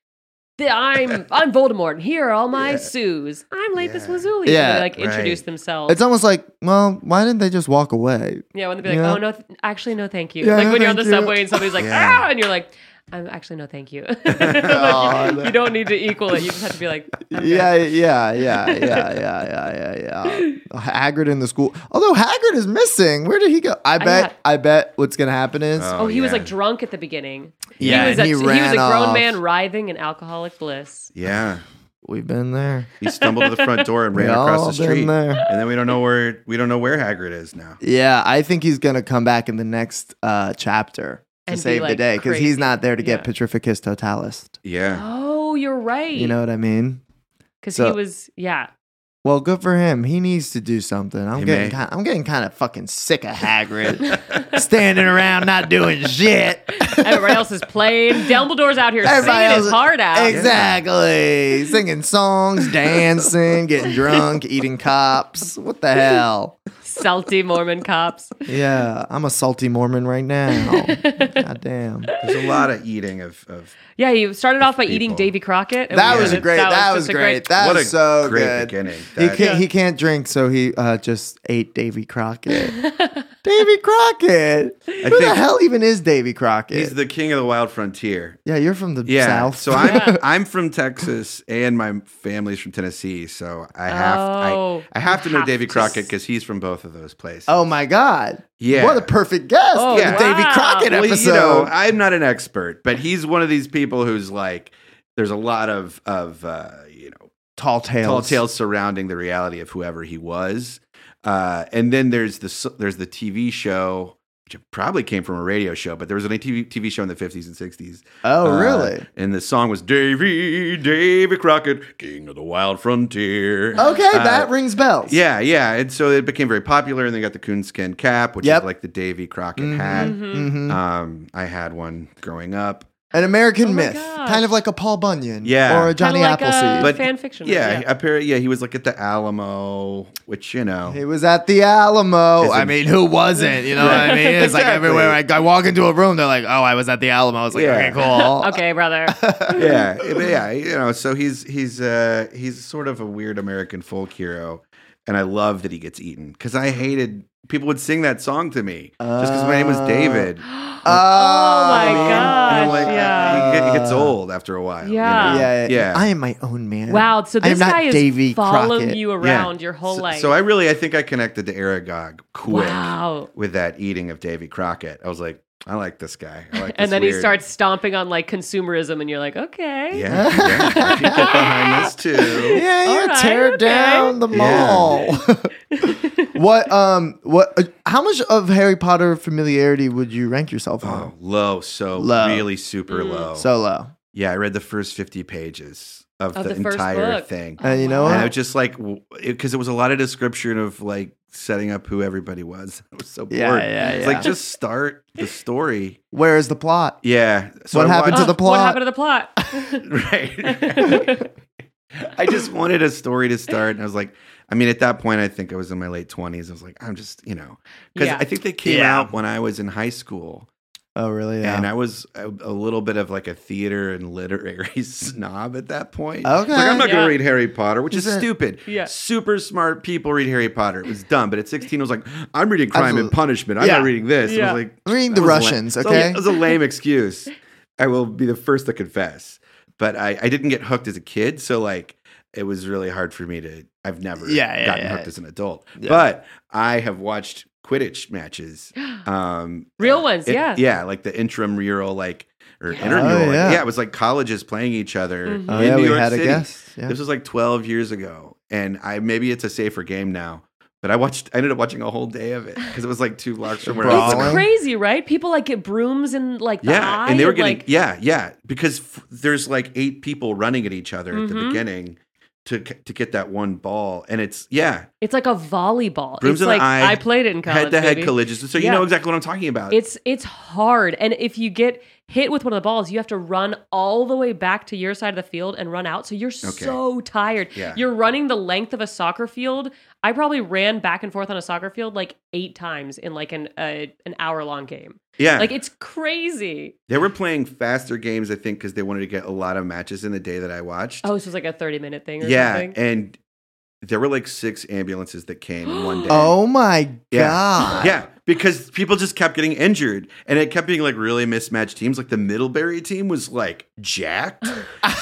[SPEAKER 2] th- I'm I'm Voldemort, and here are all my Sues. I'm Lapis
[SPEAKER 6] Yeah.
[SPEAKER 2] Lazuli." and
[SPEAKER 1] Yeah,
[SPEAKER 2] they, like introduce
[SPEAKER 6] right.
[SPEAKER 2] themselves.
[SPEAKER 1] It's almost like, well, why didn't they just walk away?
[SPEAKER 2] yeah, when they be like,
[SPEAKER 1] Yeah.
[SPEAKER 2] "Oh no, th- actually no, thank you."
[SPEAKER 1] Yeah,
[SPEAKER 2] like
[SPEAKER 1] no,
[SPEAKER 2] when you're on the
[SPEAKER 1] thank you.
[SPEAKER 2] subway and somebody's like,
[SPEAKER 6] Yeah.
[SPEAKER 2] "Ah," and you're like. I'm actually no, thank you. Like,
[SPEAKER 1] Aw,
[SPEAKER 2] you
[SPEAKER 1] no.
[SPEAKER 2] don't need to equal it. You just have to be like, "I'm good."
[SPEAKER 1] Yeah, yeah, yeah, yeah, yeah, yeah, yeah, yeah. Haggard in the school. Although Haggard is missing. Where did he go? I bet. I bet what's gonna happen is
[SPEAKER 2] Oh, he was
[SPEAKER 6] yeah.
[SPEAKER 2] like drunk at the beginning.
[SPEAKER 1] Yeah,
[SPEAKER 2] he was,
[SPEAKER 1] and
[SPEAKER 2] a,
[SPEAKER 1] he
[SPEAKER 2] he was
[SPEAKER 1] ran
[SPEAKER 2] a grown
[SPEAKER 1] off.
[SPEAKER 2] man writhing in alcoholic bliss.
[SPEAKER 6] Yeah.
[SPEAKER 1] we've been there.
[SPEAKER 6] He stumbled to the front door and
[SPEAKER 1] We
[SPEAKER 6] ran
[SPEAKER 1] all
[SPEAKER 6] across the
[SPEAKER 1] been
[SPEAKER 6] street.
[SPEAKER 1] there.
[SPEAKER 6] And then we don't know where we don't know where Hagrid is now.
[SPEAKER 1] Yeah, I think he's gonna come back in the next uh, chapter to
[SPEAKER 2] And be,
[SPEAKER 1] save the
[SPEAKER 2] like,
[SPEAKER 1] day because he's
[SPEAKER 2] crazy.
[SPEAKER 1] not there to get
[SPEAKER 2] Yeah.
[SPEAKER 1] Petrificus Totalis.
[SPEAKER 6] Yeah.
[SPEAKER 2] Oh, you're right.
[SPEAKER 1] You know what I mean?
[SPEAKER 2] because he
[SPEAKER 1] so-
[SPEAKER 2] was yeah.
[SPEAKER 1] Well, good for him. He needs to do something. I'm
[SPEAKER 6] He
[SPEAKER 1] getting
[SPEAKER 6] may.
[SPEAKER 1] kind I'm getting kind of fucking sick of Hagrid standing around not doing shit.
[SPEAKER 2] Everybody else is playing. Dumbledore's out here singing his
[SPEAKER 1] is-
[SPEAKER 2] heart out.
[SPEAKER 1] Exactly. Singing songs, dancing, getting drunk, eating cops. What the hell?
[SPEAKER 2] Salty Mormon cops.
[SPEAKER 1] Yeah, I'm a salty Mormon right now. God damn.
[SPEAKER 6] There's a lot of eating of. of
[SPEAKER 2] Yeah, you started off by eating
[SPEAKER 6] People.
[SPEAKER 2] Davy Crockett. and
[SPEAKER 1] That
[SPEAKER 2] we
[SPEAKER 1] was a
[SPEAKER 2] ended-
[SPEAKER 1] great. That, was,
[SPEAKER 2] just a
[SPEAKER 1] great. That
[SPEAKER 6] what
[SPEAKER 1] was
[SPEAKER 6] a
[SPEAKER 1] so
[SPEAKER 6] great
[SPEAKER 1] good.
[SPEAKER 6] beginning.
[SPEAKER 1] He
[SPEAKER 6] That-
[SPEAKER 1] can't, he can't drink, so he uh, just ate Davy Crockett. Davy Crockett. Who the
[SPEAKER 6] think-
[SPEAKER 1] hell even is Davy Crockett?
[SPEAKER 6] He's the king of the wild frontier.
[SPEAKER 1] yeah, you're from the
[SPEAKER 6] Yeah.
[SPEAKER 1] south.
[SPEAKER 6] So I'm I'm from Texas and my family's from Tennessee, so I have
[SPEAKER 2] Oh,
[SPEAKER 6] I, I have to know
[SPEAKER 2] have
[SPEAKER 6] Davy
[SPEAKER 2] to
[SPEAKER 6] Crockett
[SPEAKER 2] s-
[SPEAKER 6] because he's from both of those places.
[SPEAKER 1] oh my god.
[SPEAKER 6] Yeah.
[SPEAKER 1] What a perfect guest.
[SPEAKER 2] Oh,
[SPEAKER 1] for the
[SPEAKER 6] wow.
[SPEAKER 1] Davy Crockett
[SPEAKER 6] well,
[SPEAKER 1] episode.
[SPEAKER 6] you know, I'm not an expert, but he's one of these people who's like there's a lot of of uh, you know
[SPEAKER 1] tall tales.
[SPEAKER 6] tall tales surrounding the reality of whoever he was. Uh, and then there's the s- there's the TV show which probably came from a radio show, but there was an TV TV show in the 50s and 60s
[SPEAKER 1] Oh,
[SPEAKER 6] uh,
[SPEAKER 1] really?
[SPEAKER 6] and the song was Davy, Davy Crockett, King of the Wild Frontier.
[SPEAKER 1] Okay,
[SPEAKER 6] Uh,
[SPEAKER 1] that rings bells.
[SPEAKER 6] Yeah, yeah. And so it became very popular, and they got the coonskin cap, which
[SPEAKER 1] Yep.
[SPEAKER 6] is like the Davy Crockett
[SPEAKER 1] Mhm.
[SPEAKER 6] hat.
[SPEAKER 1] Mhm.
[SPEAKER 6] Um, I had one growing up.
[SPEAKER 1] An American
[SPEAKER 2] Oh my
[SPEAKER 1] myth,
[SPEAKER 2] gosh.
[SPEAKER 1] kind of like a Paul Bunyan,
[SPEAKER 6] Yeah.
[SPEAKER 1] or a
[SPEAKER 2] Kinda
[SPEAKER 1] Johnny
[SPEAKER 2] like
[SPEAKER 1] Appleseed.
[SPEAKER 2] A
[SPEAKER 6] But-
[SPEAKER 2] fan fiction.
[SPEAKER 6] Yeah, apparently, yeah, he was like at the Alamo, which you know,
[SPEAKER 1] He was at the Alamo.
[SPEAKER 6] Isn't-
[SPEAKER 1] I mean, who wasn't? You know what I mean? It's like
[SPEAKER 6] Exactly.
[SPEAKER 1] everywhere I, go- I walk into a room, they're like, "Oh, I was at the Alamo." I was like,
[SPEAKER 6] Yeah.
[SPEAKER 1] "Okay, cool."
[SPEAKER 2] Okay, brother.
[SPEAKER 6] yeah, but yeah, you know. So he's he's uh he's sort of a weird American folk hero, and I love that he gets eaten because I hated people would sing that song to me just because my name was
[SPEAKER 1] Uh,
[SPEAKER 6] David.
[SPEAKER 1] Oh, I
[SPEAKER 2] my
[SPEAKER 1] mean,
[SPEAKER 2] God.
[SPEAKER 6] And I'm like,
[SPEAKER 2] yeah.
[SPEAKER 6] he, get, he gets old after a while. you
[SPEAKER 2] Yeah.
[SPEAKER 6] know?
[SPEAKER 1] Yeah,
[SPEAKER 6] Yeah.
[SPEAKER 1] I am my own man.
[SPEAKER 2] Wow. So
[SPEAKER 1] I am
[SPEAKER 2] this
[SPEAKER 1] not
[SPEAKER 2] guy is
[SPEAKER 1] Davy
[SPEAKER 2] following
[SPEAKER 1] Crockett.
[SPEAKER 2] you
[SPEAKER 6] Yeah.
[SPEAKER 2] around your whole
[SPEAKER 6] so,
[SPEAKER 2] life.
[SPEAKER 6] So I really, I think I connected to Aragog quick
[SPEAKER 2] wow.
[SPEAKER 6] with that eating of Davy Crockett. I was like, I like this guy. I like this
[SPEAKER 2] And then he
[SPEAKER 6] weird-
[SPEAKER 2] starts stomping on like consumerism, and you're like, okay.
[SPEAKER 6] Yeah, yeah. I can get behind this too.
[SPEAKER 1] Yeah,
[SPEAKER 2] All
[SPEAKER 1] yeah.
[SPEAKER 2] right,
[SPEAKER 1] tear
[SPEAKER 2] okay.
[SPEAKER 1] down the
[SPEAKER 6] Yeah.
[SPEAKER 1] mall. what? Um. What? uh, How much of Harry Potter familiarity would you rank yourself
[SPEAKER 6] Oh,
[SPEAKER 1] on?
[SPEAKER 6] low, so
[SPEAKER 1] Low.
[SPEAKER 6] really super
[SPEAKER 2] Mm.
[SPEAKER 6] low.
[SPEAKER 1] So low.
[SPEAKER 6] Yeah, I read the first 50 pages of,
[SPEAKER 2] Of
[SPEAKER 6] the,
[SPEAKER 2] the first
[SPEAKER 6] entire
[SPEAKER 2] book. Oh.
[SPEAKER 6] thing.
[SPEAKER 1] And you know
[SPEAKER 2] wow.
[SPEAKER 6] And I
[SPEAKER 1] what?
[SPEAKER 6] was just like, because it, was a lot of description of like setting up who everybody was. I was so bored.
[SPEAKER 1] Yeah, yeah,
[SPEAKER 6] It's
[SPEAKER 1] yeah.
[SPEAKER 6] like, just start the story.
[SPEAKER 1] Where is the plot?
[SPEAKER 6] Yeah.
[SPEAKER 1] What
[SPEAKER 6] I
[SPEAKER 1] happened to
[SPEAKER 2] Oh,
[SPEAKER 1] the
[SPEAKER 2] What
[SPEAKER 1] plot.
[SPEAKER 2] happened to the plot?
[SPEAKER 6] right. I just wanted a story to start. And I was like, I mean, at that point, I think I was in my late 20s. I was like, I'm just, you know, because
[SPEAKER 2] Yeah.
[SPEAKER 6] I think they came
[SPEAKER 1] Yeah.
[SPEAKER 6] out when I was in high school.
[SPEAKER 1] Oh, really? Yeah.
[SPEAKER 6] And I was a, a little bit of like a theater and literary snob at that point.
[SPEAKER 1] Okay.
[SPEAKER 6] Like, I'm not going
[SPEAKER 2] Yeah.
[SPEAKER 6] to read Harry Potter, which is
[SPEAKER 1] Is it-
[SPEAKER 6] stupid.
[SPEAKER 2] Yeah.
[SPEAKER 6] Super smart people read Harry Potter. It was dumb. But at 16, I was like, I'm reading Crime
[SPEAKER 1] Absolutely.
[SPEAKER 6] and Punishment. I'm
[SPEAKER 1] Yeah.
[SPEAKER 6] not reading this. And
[SPEAKER 2] Yeah.
[SPEAKER 6] I was like,
[SPEAKER 1] I'm reading
[SPEAKER 6] that
[SPEAKER 1] the
[SPEAKER 6] was a la-
[SPEAKER 1] Russians.
[SPEAKER 6] that was-
[SPEAKER 1] Okay.
[SPEAKER 6] That was a lame excuse. I will be the first to confess. But I, I didn't get hooked as a kid. So, like, it was really hard for me to. I've never
[SPEAKER 1] Yeah, yeah,
[SPEAKER 6] gotten
[SPEAKER 1] yeah.
[SPEAKER 6] hooked as an adult.
[SPEAKER 1] Yeah.
[SPEAKER 6] But I have watched Quidditch matches. Um,
[SPEAKER 2] Real ones,
[SPEAKER 6] it-
[SPEAKER 2] yeah.
[SPEAKER 6] Yeah, like the intramural, like, or
[SPEAKER 2] Yeah.
[SPEAKER 6] intramural.
[SPEAKER 1] Oh, yeah.
[SPEAKER 6] yeah. it was like colleges playing each other
[SPEAKER 2] Mhm.
[SPEAKER 1] Oh
[SPEAKER 6] in
[SPEAKER 1] yeah,
[SPEAKER 6] New
[SPEAKER 1] we
[SPEAKER 6] York
[SPEAKER 1] had
[SPEAKER 6] City.
[SPEAKER 1] a guest. Yeah.
[SPEAKER 6] This was like 12 years ago, and I maybe it's a safer game now. But I watched. I ended up watching a whole day of it because it was like two blocks from where I was.
[SPEAKER 1] Brawling.
[SPEAKER 2] It's crazy, right? People like get brooms and like the
[SPEAKER 6] Yeah,
[SPEAKER 2] eye
[SPEAKER 6] and they were getting
[SPEAKER 2] like,
[SPEAKER 6] yeah, yeah, because f- there's like eight people running at each other at the
[SPEAKER 2] Mhm.
[SPEAKER 6] beginning to c- to get that one ball, and it's yeah,
[SPEAKER 2] It's like a volleyball.
[SPEAKER 6] Brooms
[SPEAKER 2] it's
[SPEAKER 6] in the
[SPEAKER 2] like
[SPEAKER 6] eye,
[SPEAKER 2] I played it in college.
[SPEAKER 6] head to head
[SPEAKER 2] baby.
[SPEAKER 6] collisions. So you
[SPEAKER 2] Yeah.
[SPEAKER 6] know exactly what I'm talking about.
[SPEAKER 2] It's it's hard, and if you get hit with one of the balls, you have to run all the way back to your side of the field and run out. So you're so tired.
[SPEAKER 6] Yeah.
[SPEAKER 2] You're running the length of a soccer field. I probably ran back and forth on a soccer field like eight times in like an uh, an hour long game.
[SPEAKER 6] yeah,
[SPEAKER 2] Like it's crazy.
[SPEAKER 6] They were playing faster games, I think, because they wanted to get a lot of matches in the day that I watched.
[SPEAKER 2] Oh, so it's like a thirty minute thing. Or
[SPEAKER 6] yeah,
[SPEAKER 2] something.
[SPEAKER 6] and there were like six ambulances that came in one day.
[SPEAKER 1] Oh my
[SPEAKER 6] Yeah.
[SPEAKER 1] god.
[SPEAKER 6] yeah, because people just kept getting injured, and it kept being like really mismatched teams. Like the Middlebury team was like jacked.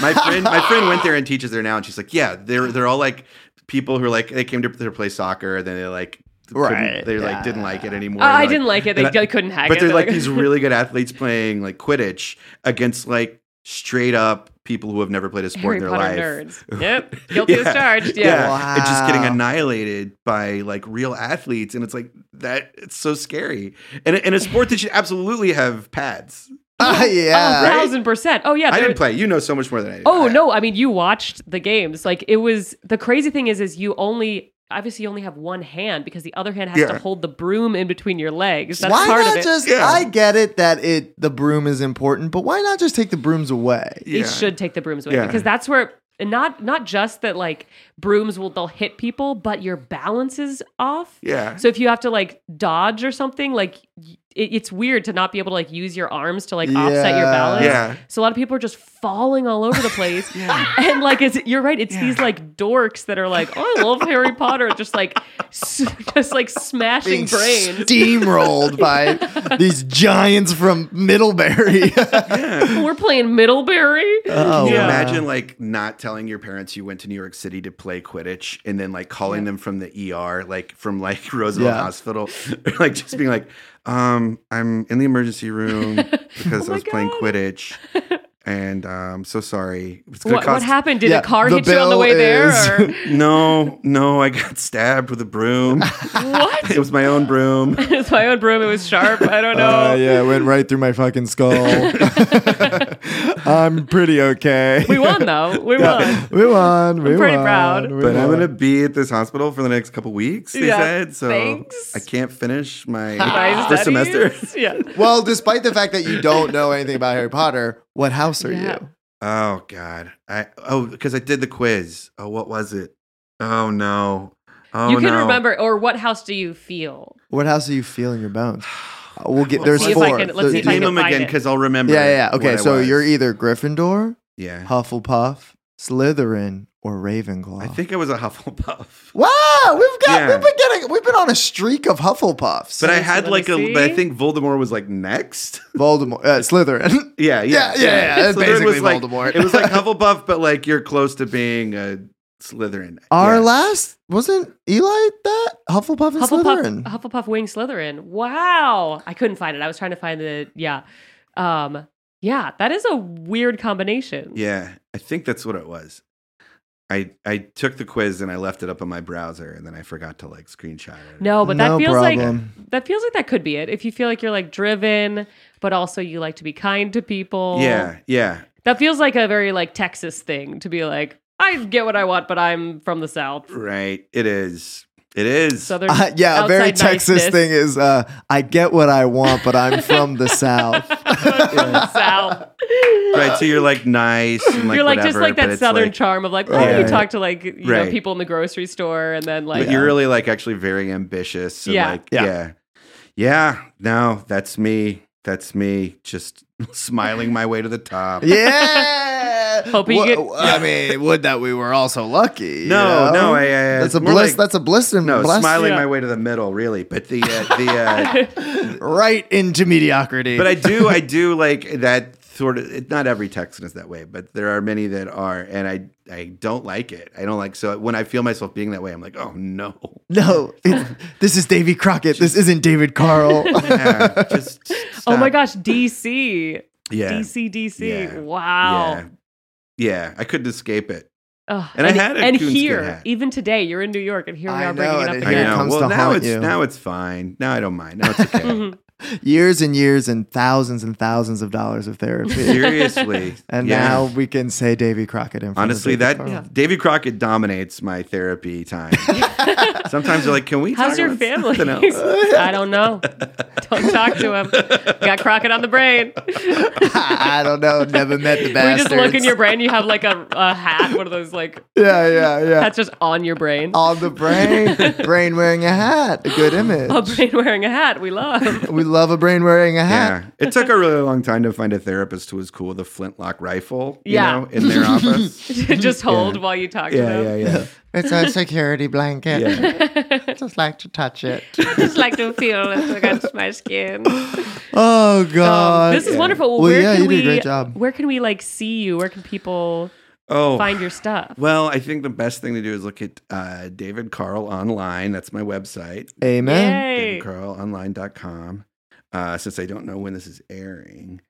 [SPEAKER 6] My friend, my friend went there and teaches there now, and she's like, yeah, they're they're all like people who are like they came to to play soccer, and then they like. couldn't-
[SPEAKER 1] Right,
[SPEAKER 6] They like
[SPEAKER 1] yeah.
[SPEAKER 6] didn't like it anymore.
[SPEAKER 2] Uh, I
[SPEAKER 6] Like,
[SPEAKER 2] didn't like it. They
[SPEAKER 6] and I-
[SPEAKER 2] couldn't hack
[SPEAKER 6] but
[SPEAKER 2] it.
[SPEAKER 6] they're like these really good athletes playing like Quidditch against like straight up people who have never played a sport
[SPEAKER 2] Harry
[SPEAKER 6] in their
[SPEAKER 2] Potter
[SPEAKER 6] life.
[SPEAKER 2] nerds. Yep, guilty as
[SPEAKER 6] Yeah.
[SPEAKER 2] charged. Yeah.
[SPEAKER 6] Yeah, and just getting
[SPEAKER 1] Wow.
[SPEAKER 6] annihilated by like real athletes, and it's like that. It's so scary, and in a sport that should absolutely have pads.
[SPEAKER 1] Ah, yeah.
[SPEAKER 2] A thousand percent. Oh yeah.
[SPEAKER 6] I
[SPEAKER 2] there-
[SPEAKER 6] didn't play. You know so much more than I did.
[SPEAKER 2] Oh no, I mean you watched the games. Like it was the crazy thing is is you only obviously you only have one hand because the other hand has to
[SPEAKER 6] Yeah.
[SPEAKER 2] hold the broom in between your legs. That's
[SPEAKER 1] why
[SPEAKER 2] part
[SPEAKER 1] not
[SPEAKER 2] of it.
[SPEAKER 1] just?
[SPEAKER 6] Yeah.
[SPEAKER 1] I get it that it the broom is important, but why not just take the brooms away?
[SPEAKER 2] It should take the brooms away
[SPEAKER 6] Yeah.
[SPEAKER 2] because that's where and not not just that like brooms will they'll hit people, but your balance is off.
[SPEAKER 6] Yeah.
[SPEAKER 2] So if you have to like dodge or something, like y- it, it's weird to not be able to like use your arms to like offset your
[SPEAKER 1] Yeah.
[SPEAKER 2] balance.
[SPEAKER 6] Yeah.
[SPEAKER 2] So a lot of people are just falling all over the place. And like it's you're right, it's these like dorks that are like, "Oh, I love Harry Potter," just like s- just like
[SPEAKER 1] Being
[SPEAKER 2] smashing brains.
[SPEAKER 1] steamrolled by these giants from Middlebury.
[SPEAKER 2] We're playing Middlebury.
[SPEAKER 1] oh,
[SPEAKER 6] Can you
[SPEAKER 2] Yeah.
[SPEAKER 6] imagine like not telling your parents you went to New York City to play Quidditch and then like calling them from the ER, like from like Roosevelt
[SPEAKER 1] Yeah.
[SPEAKER 6] Hospital, like just being like, um, I'm in the emergency room because
[SPEAKER 2] Oh
[SPEAKER 6] I was
[SPEAKER 2] my
[SPEAKER 6] playing
[SPEAKER 2] God.
[SPEAKER 6] Quidditch. And um, so sorry. It's
[SPEAKER 2] What, what happened? Did
[SPEAKER 1] Yeah,
[SPEAKER 2] a car
[SPEAKER 1] the
[SPEAKER 2] hit you on the
[SPEAKER 1] bill
[SPEAKER 2] way there? Or?
[SPEAKER 1] is-
[SPEAKER 6] No, no, I got stabbed with a broom.
[SPEAKER 2] What?
[SPEAKER 6] it was my own broom.
[SPEAKER 2] it's my own broom. It was sharp. I don't know.
[SPEAKER 1] Uh, yeah, it went right through my fucking skull. I'm pretty okay.
[SPEAKER 2] We won though. We won.
[SPEAKER 1] We won. We
[SPEAKER 2] pretty
[SPEAKER 1] won,
[SPEAKER 2] proud.
[SPEAKER 1] we
[SPEAKER 6] But I'm
[SPEAKER 1] won.
[SPEAKER 6] gonna be at this hospital for the next couple weeks. They
[SPEAKER 2] Yeah,
[SPEAKER 6] said so.
[SPEAKER 2] thanks.
[SPEAKER 6] I can't finish my
[SPEAKER 2] My
[SPEAKER 6] first
[SPEAKER 2] studies.
[SPEAKER 6] semester.
[SPEAKER 2] Yeah.
[SPEAKER 1] Well, despite the fact that you don't know anything about Harry Potter, what house are
[SPEAKER 2] Yeah.
[SPEAKER 1] you?
[SPEAKER 6] Oh God! I oh because I did the quiz. Oh, what was it? Oh no! Oh
[SPEAKER 2] you can
[SPEAKER 6] no.
[SPEAKER 2] remember. Or what house do you feel?
[SPEAKER 1] What house do you feel in your bones? Uh, We'll get. There's
[SPEAKER 2] see if I
[SPEAKER 1] four.
[SPEAKER 2] can- let's
[SPEAKER 1] There-
[SPEAKER 2] see if I
[SPEAKER 6] Name
[SPEAKER 2] can
[SPEAKER 6] them
[SPEAKER 2] find
[SPEAKER 6] again
[SPEAKER 2] it.
[SPEAKER 6] because I'll remember.
[SPEAKER 1] yeah, yeah. Okay,
[SPEAKER 6] what I
[SPEAKER 1] so
[SPEAKER 6] was.
[SPEAKER 1] you're e- either Gryffindor,
[SPEAKER 6] yeah.
[SPEAKER 1] Hufflepuff, Slytherin, or Ravenclaw.
[SPEAKER 6] I think I was a Hufflepuff,
[SPEAKER 1] Wow, we've got
[SPEAKER 6] Yeah.
[SPEAKER 1] we've been getting we've been on a streak of Hufflepuffs.
[SPEAKER 6] but I
[SPEAKER 2] Let me see,
[SPEAKER 6] had
[SPEAKER 2] let
[SPEAKER 6] like
[SPEAKER 2] me
[SPEAKER 6] a. But
[SPEAKER 2] see.
[SPEAKER 6] I think Voldemort was like next.
[SPEAKER 1] Voldemort, uh, Slytherin.
[SPEAKER 6] yeah,
[SPEAKER 1] Yeah,
[SPEAKER 6] yeah,
[SPEAKER 1] yeah, yeah, that's
[SPEAKER 6] Slytherin
[SPEAKER 1] basically
[SPEAKER 6] was like,
[SPEAKER 1] Voldemort.
[SPEAKER 6] It was like Hufflepuff, but like you're close to being a Slytherin.
[SPEAKER 1] Our
[SPEAKER 6] Yeah.
[SPEAKER 1] last wasn't Eli that Hufflepuff and
[SPEAKER 2] Hufflepuff,
[SPEAKER 1] Slytherin.
[SPEAKER 2] Hufflepuff Wing Slytherin. Wow. I couldn't find it. I was trying to find the yeah. Um yeah, that is a weird combination.
[SPEAKER 6] Yeah, I think that's what it was. I I took the quiz and I left it up on my browser and then I forgot to like screenshot it.
[SPEAKER 2] No, but that
[SPEAKER 1] No
[SPEAKER 2] feels
[SPEAKER 1] problem.
[SPEAKER 2] like that feels like that could be it. If you feel like you're like driven, but also you like to be kind to people.
[SPEAKER 6] Yeah, yeah.
[SPEAKER 2] That feels like a very like Texas thing to be like, I get what I want, but I'm from the South.
[SPEAKER 6] Right. It is. It is.
[SPEAKER 2] Southern
[SPEAKER 1] Uh, yeah, a very
[SPEAKER 2] outside
[SPEAKER 1] Texas
[SPEAKER 2] niceness.
[SPEAKER 1] thing is uh, I get what I want, but I'm from the South.
[SPEAKER 2] From the South.
[SPEAKER 6] right. So you're like nice and like
[SPEAKER 2] you're like just
[SPEAKER 6] whatever,
[SPEAKER 2] like
[SPEAKER 6] but
[SPEAKER 2] that
[SPEAKER 6] it's,
[SPEAKER 2] southern
[SPEAKER 6] like-
[SPEAKER 2] charm of like, oh, you
[SPEAKER 6] Right.
[SPEAKER 2] talk to like you know
[SPEAKER 6] Right.
[SPEAKER 2] people in the grocery store, and then like
[SPEAKER 6] But you're really like actually very ambitious. And
[SPEAKER 2] Yeah.
[SPEAKER 6] Like,
[SPEAKER 1] Yeah.
[SPEAKER 6] yeah. Yeah. Yeah. No, that's me. That's me. Just smiling my way to the top.
[SPEAKER 1] yeah.
[SPEAKER 2] Hoping
[SPEAKER 1] Wha-
[SPEAKER 2] you get-
[SPEAKER 1] I mean, would that we were also lucky. you
[SPEAKER 6] No,
[SPEAKER 1] know?
[SPEAKER 6] no, I, I,
[SPEAKER 1] that's a
[SPEAKER 6] more
[SPEAKER 1] bliss.
[SPEAKER 6] like-
[SPEAKER 1] that's a bliss. And
[SPEAKER 6] no,
[SPEAKER 1] bless
[SPEAKER 6] smiling
[SPEAKER 2] Yeah.
[SPEAKER 6] my way to the middle, really. But the uh, the uh,
[SPEAKER 1] right into mediocrity.
[SPEAKER 6] but I do, I do like that sort of. It, not every Texan is that way, but there are many that are, and I, I don't like it. I don't like so when I feel myself being that way, I'm like, oh no,
[SPEAKER 1] no, it- this is Davy Crockett. This isn't David Carl.
[SPEAKER 6] yeah, just
[SPEAKER 2] oh my
[SPEAKER 6] stop.
[SPEAKER 2] gosh, DC,
[SPEAKER 6] yeah,
[SPEAKER 2] DC, DC,
[SPEAKER 6] Yeah.
[SPEAKER 2] wow.
[SPEAKER 6] yeah, yeah. I couldn't escape it.
[SPEAKER 2] Ugh.
[SPEAKER 6] And I had a
[SPEAKER 2] and
[SPEAKER 6] coonskin
[SPEAKER 2] here,
[SPEAKER 6] hat.
[SPEAKER 2] even today, you're in New York, and here we
[SPEAKER 1] I
[SPEAKER 2] are
[SPEAKER 1] know,
[SPEAKER 2] bringing it
[SPEAKER 1] and
[SPEAKER 2] up
[SPEAKER 1] it- Yeah,
[SPEAKER 6] I
[SPEAKER 2] again.
[SPEAKER 1] it
[SPEAKER 6] know.
[SPEAKER 1] comes
[SPEAKER 6] Well,
[SPEAKER 1] to
[SPEAKER 6] now
[SPEAKER 1] haunt
[SPEAKER 6] it's
[SPEAKER 1] you. Mm-hmm.
[SPEAKER 6] now it's fine. Now I don't mind. Now it's okay.
[SPEAKER 2] Mhm.
[SPEAKER 1] years and years and thousands and thousands of dollars of therapy.
[SPEAKER 6] Seriously,
[SPEAKER 1] And
[SPEAKER 6] yeah.
[SPEAKER 1] now we can say Davy Crockett in front of
[SPEAKER 6] Honestly,
[SPEAKER 1] Davy
[SPEAKER 6] that
[SPEAKER 1] Crockett.
[SPEAKER 2] Yeah.
[SPEAKER 6] Davy Crockett dominates my therapy time. Sometimes they're like, "Can we?"
[SPEAKER 2] How's
[SPEAKER 6] talk
[SPEAKER 2] your
[SPEAKER 6] about
[SPEAKER 2] family?
[SPEAKER 6] something else?
[SPEAKER 2] I don't know. Don't talk to him. Got Crockett on the brain.
[SPEAKER 1] I don't know. Never met the
[SPEAKER 2] We
[SPEAKER 1] bastards.
[SPEAKER 2] just look in your brain. You have like a, a hat, one of those like
[SPEAKER 1] yeah, yeah, yeah.
[SPEAKER 2] that's just on your brain.
[SPEAKER 1] On the brain, brain wearing a hat. A good
[SPEAKER 2] A
[SPEAKER 1] image.
[SPEAKER 2] brain wearing a hat. We love.
[SPEAKER 1] We love a brain wearing a hat.
[SPEAKER 6] Yeah. It took a really long time to find a therapist who was cool with a flintlock rifle, you
[SPEAKER 2] Yeah.
[SPEAKER 6] know, in their office.
[SPEAKER 2] just hold while you talk to
[SPEAKER 6] Yeah,
[SPEAKER 2] them.
[SPEAKER 6] yeah, yeah.
[SPEAKER 1] It's a security blanket.
[SPEAKER 6] Yeah.
[SPEAKER 1] I just like to touch it.
[SPEAKER 2] just like to feel it against my skin.
[SPEAKER 1] Oh God.
[SPEAKER 2] Um, this is wonderful. Well,
[SPEAKER 1] Well,
[SPEAKER 2] where
[SPEAKER 1] yeah,
[SPEAKER 2] can
[SPEAKER 1] you
[SPEAKER 2] we?
[SPEAKER 1] did a great job.
[SPEAKER 2] Where can we like see you? Where can people
[SPEAKER 6] Oh.
[SPEAKER 2] find your stuff?
[SPEAKER 6] Well, I think the best thing to do is look at uh, David Carl online. That's my website,
[SPEAKER 1] Amen.
[SPEAKER 2] Yay.
[SPEAKER 6] davidcarlonline.com. Uh, since I don't know when this is airing.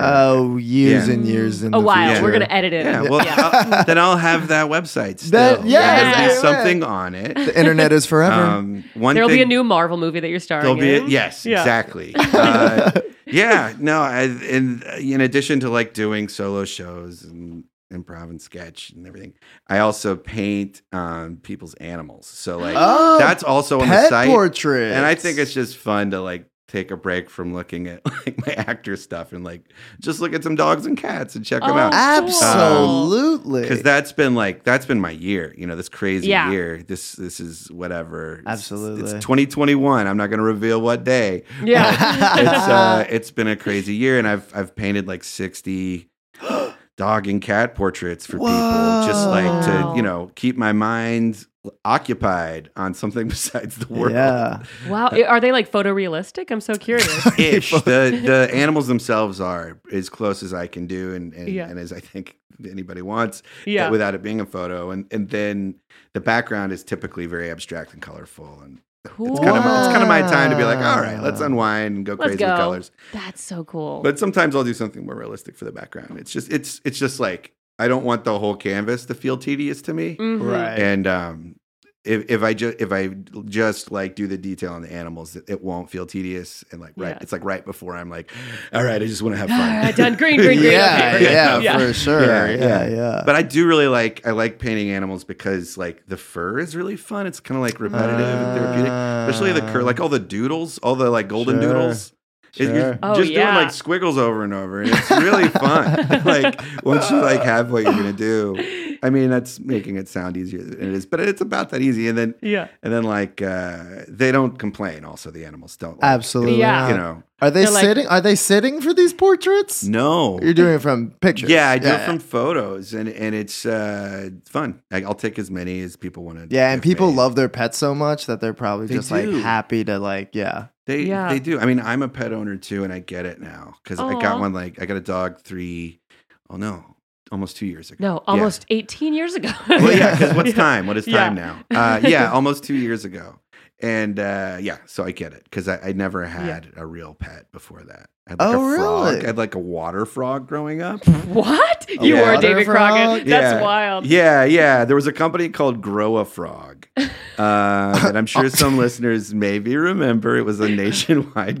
[SPEAKER 1] Oh, years
[SPEAKER 6] Yeah.
[SPEAKER 1] and years and
[SPEAKER 2] Oh wow,
[SPEAKER 6] future.
[SPEAKER 2] we're gonna edit it.
[SPEAKER 6] Yeah, well, uh, I'll- then I'll have that website still.
[SPEAKER 1] That-
[SPEAKER 2] yes,
[SPEAKER 6] There'll
[SPEAKER 2] I
[SPEAKER 6] be
[SPEAKER 1] will.
[SPEAKER 6] something on it.
[SPEAKER 1] The internet is forever.
[SPEAKER 6] Um, one
[SPEAKER 2] There'll be a
[SPEAKER 6] thing-
[SPEAKER 2] new Marvel movie that you're starring
[SPEAKER 6] There'll be a,
[SPEAKER 2] in.
[SPEAKER 6] yes,
[SPEAKER 2] Yeah.
[SPEAKER 6] exactly. Uh, yeah, no, I, and uh, in addition to like doing solo shows and improv and sketch and everything, I also paint um, people's animals. So like
[SPEAKER 1] Oh,
[SPEAKER 6] that's also on the
[SPEAKER 1] pet
[SPEAKER 6] site.
[SPEAKER 1] portrait.
[SPEAKER 6] And I think it's just fun to like take a break from looking at like my actor stuff and like just look at some dogs and cats and check them
[SPEAKER 2] Oh,
[SPEAKER 6] out.
[SPEAKER 1] absolutely
[SPEAKER 6] uh, because that's been like that's been my year you know this crazy
[SPEAKER 2] Yeah.
[SPEAKER 6] year this this is whatever It's- it's,
[SPEAKER 1] Absolutely.
[SPEAKER 6] 2021 i'm not going to reveal what day
[SPEAKER 2] Yeah.
[SPEAKER 6] it's uh it's been a crazy year and i've i've painted like 60 dog and cat portraits for people just like
[SPEAKER 2] Wow.
[SPEAKER 6] to you know keep my mind occupied on something besides the world
[SPEAKER 1] yeah.
[SPEAKER 2] wow. Are they like photorealistic? I'm so curious.
[SPEAKER 6] ish the the animals themselves are as close as i can do and and,
[SPEAKER 2] Yeah.
[SPEAKER 6] and as i think anybody wants
[SPEAKER 2] Yeah.
[SPEAKER 6] without it being a photo. And and then the background is typically very abstract and colorful. And
[SPEAKER 2] cool.
[SPEAKER 6] it's kind of it's kind of my time to be like, all right, let's unwind and go
[SPEAKER 2] Let's
[SPEAKER 6] crazy
[SPEAKER 2] go.
[SPEAKER 6] with colors.
[SPEAKER 2] That's so cool.
[SPEAKER 6] But sometimes I'll do something more realistic for the background. It's just it's it's just like I don't want the whole canvas to feel tedious to me.
[SPEAKER 2] Mhm.
[SPEAKER 6] And um if, if I just if I just like do the detail on the animals, it, it won't feel tedious and like right.
[SPEAKER 2] Yeah.
[SPEAKER 6] It's like right before I'm like, all right, I just want to have
[SPEAKER 2] All
[SPEAKER 6] fun.
[SPEAKER 2] right, done. Green, green, green.
[SPEAKER 1] yeah,
[SPEAKER 2] okay,
[SPEAKER 1] yeah,
[SPEAKER 2] yeah.
[SPEAKER 1] for sure. Yeah,
[SPEAKER 6] Yeah,
[SPEAKER 1] yeah.
[SPEAKER 6] yeah. But I do really like I like painting animals because like the fur is really fun. It's kind of like repetitive and therapeutic, especially the cur like all the doodles, all the like golden
[SPEAKER 1] Sure.
[SPEAKER 6] doodles. It-
[SPEAKER 1] Sure.
[SPEAKER 6] You're
[SPEAKER 2] Oh,
[SPEAKER 6] just
[SPEAKER 2] yeah.
[SPEAKER 6] doing like squiggles over and over, and it's really fun. like once you like have what you're gonna do. I mean, that's making it sound easier than it is, but it's about that easy. And then
[SPEAKER 2] Yeah.
[SPEAKER 6] and then like uh, they don't complain. Also, the animals don't. Like,
[SPEAKER 1] Absolutely.
[SPEAKER 2] Yeah.
[SPEAKER 1] Yeah.
[SPEAKER 6] You know.
[SPEAKER 1] Are they
[SPEAKER 2] They're like-
[SPEAKER 1] sitting? Are they sitting for these portraits?
[SPEAKER 6] No.
[SPEAKER 1] You're doing it from pictures.
[SPEAKER 6] Yeah, I do it from photos, and and it's uh, fun. I, I'll take as many as people want to.
[SPEAKER 1] Yeah, and people love their pets so much that they're probably
[SPEAKER 6] They
[SPEAKER 1] just
[SPEAKER 6] do.
[SPEAKER 1] like happy to like, yeah.
[SPEAKER 6] They
[SPEAKER 2] Yeah.
[SPEAKER 6] they do. I mean, I'm a pet owner too, and I get it now because I
[SPEAKER 2] Aw.
[SPEAKER 6] got one. Like I got a dog three, oh no, almost two years ago.
[SPEAKER 2] No, almost 18 years ago.
[SPEAKER 6] Well, yeah, because what's time? What is time
[SPEAKER 2] Yeah.
[SPEAKER 6] now? Uh, yeah, almost two years ago, and uh, yeah, so I get it because I, I never had a real pet before that. I had like
[SPEAKER 1] Oh,
[SPEAKER 6] a frog.
[SPEAKER 1] really?
[SPEAKER 6] I had like a water frog growing up.
[SPEAKER 2] What? You
[SPEAKER 6] yeah.
[SPEAKER 2] were
[SPEAKER 6] Water
[SPEAKER 2] David Crockett.
[SPEAKER 1] frog?
[SPEAKER 2] That's
[SPEAKER 6] Yeah.
[SPEAKER 2] wild.
[SPEAKER 6] Yeah, yeah. There was a company called Grow a Frog uh, that I'm sure some listeners maybe remember. It was a nationwide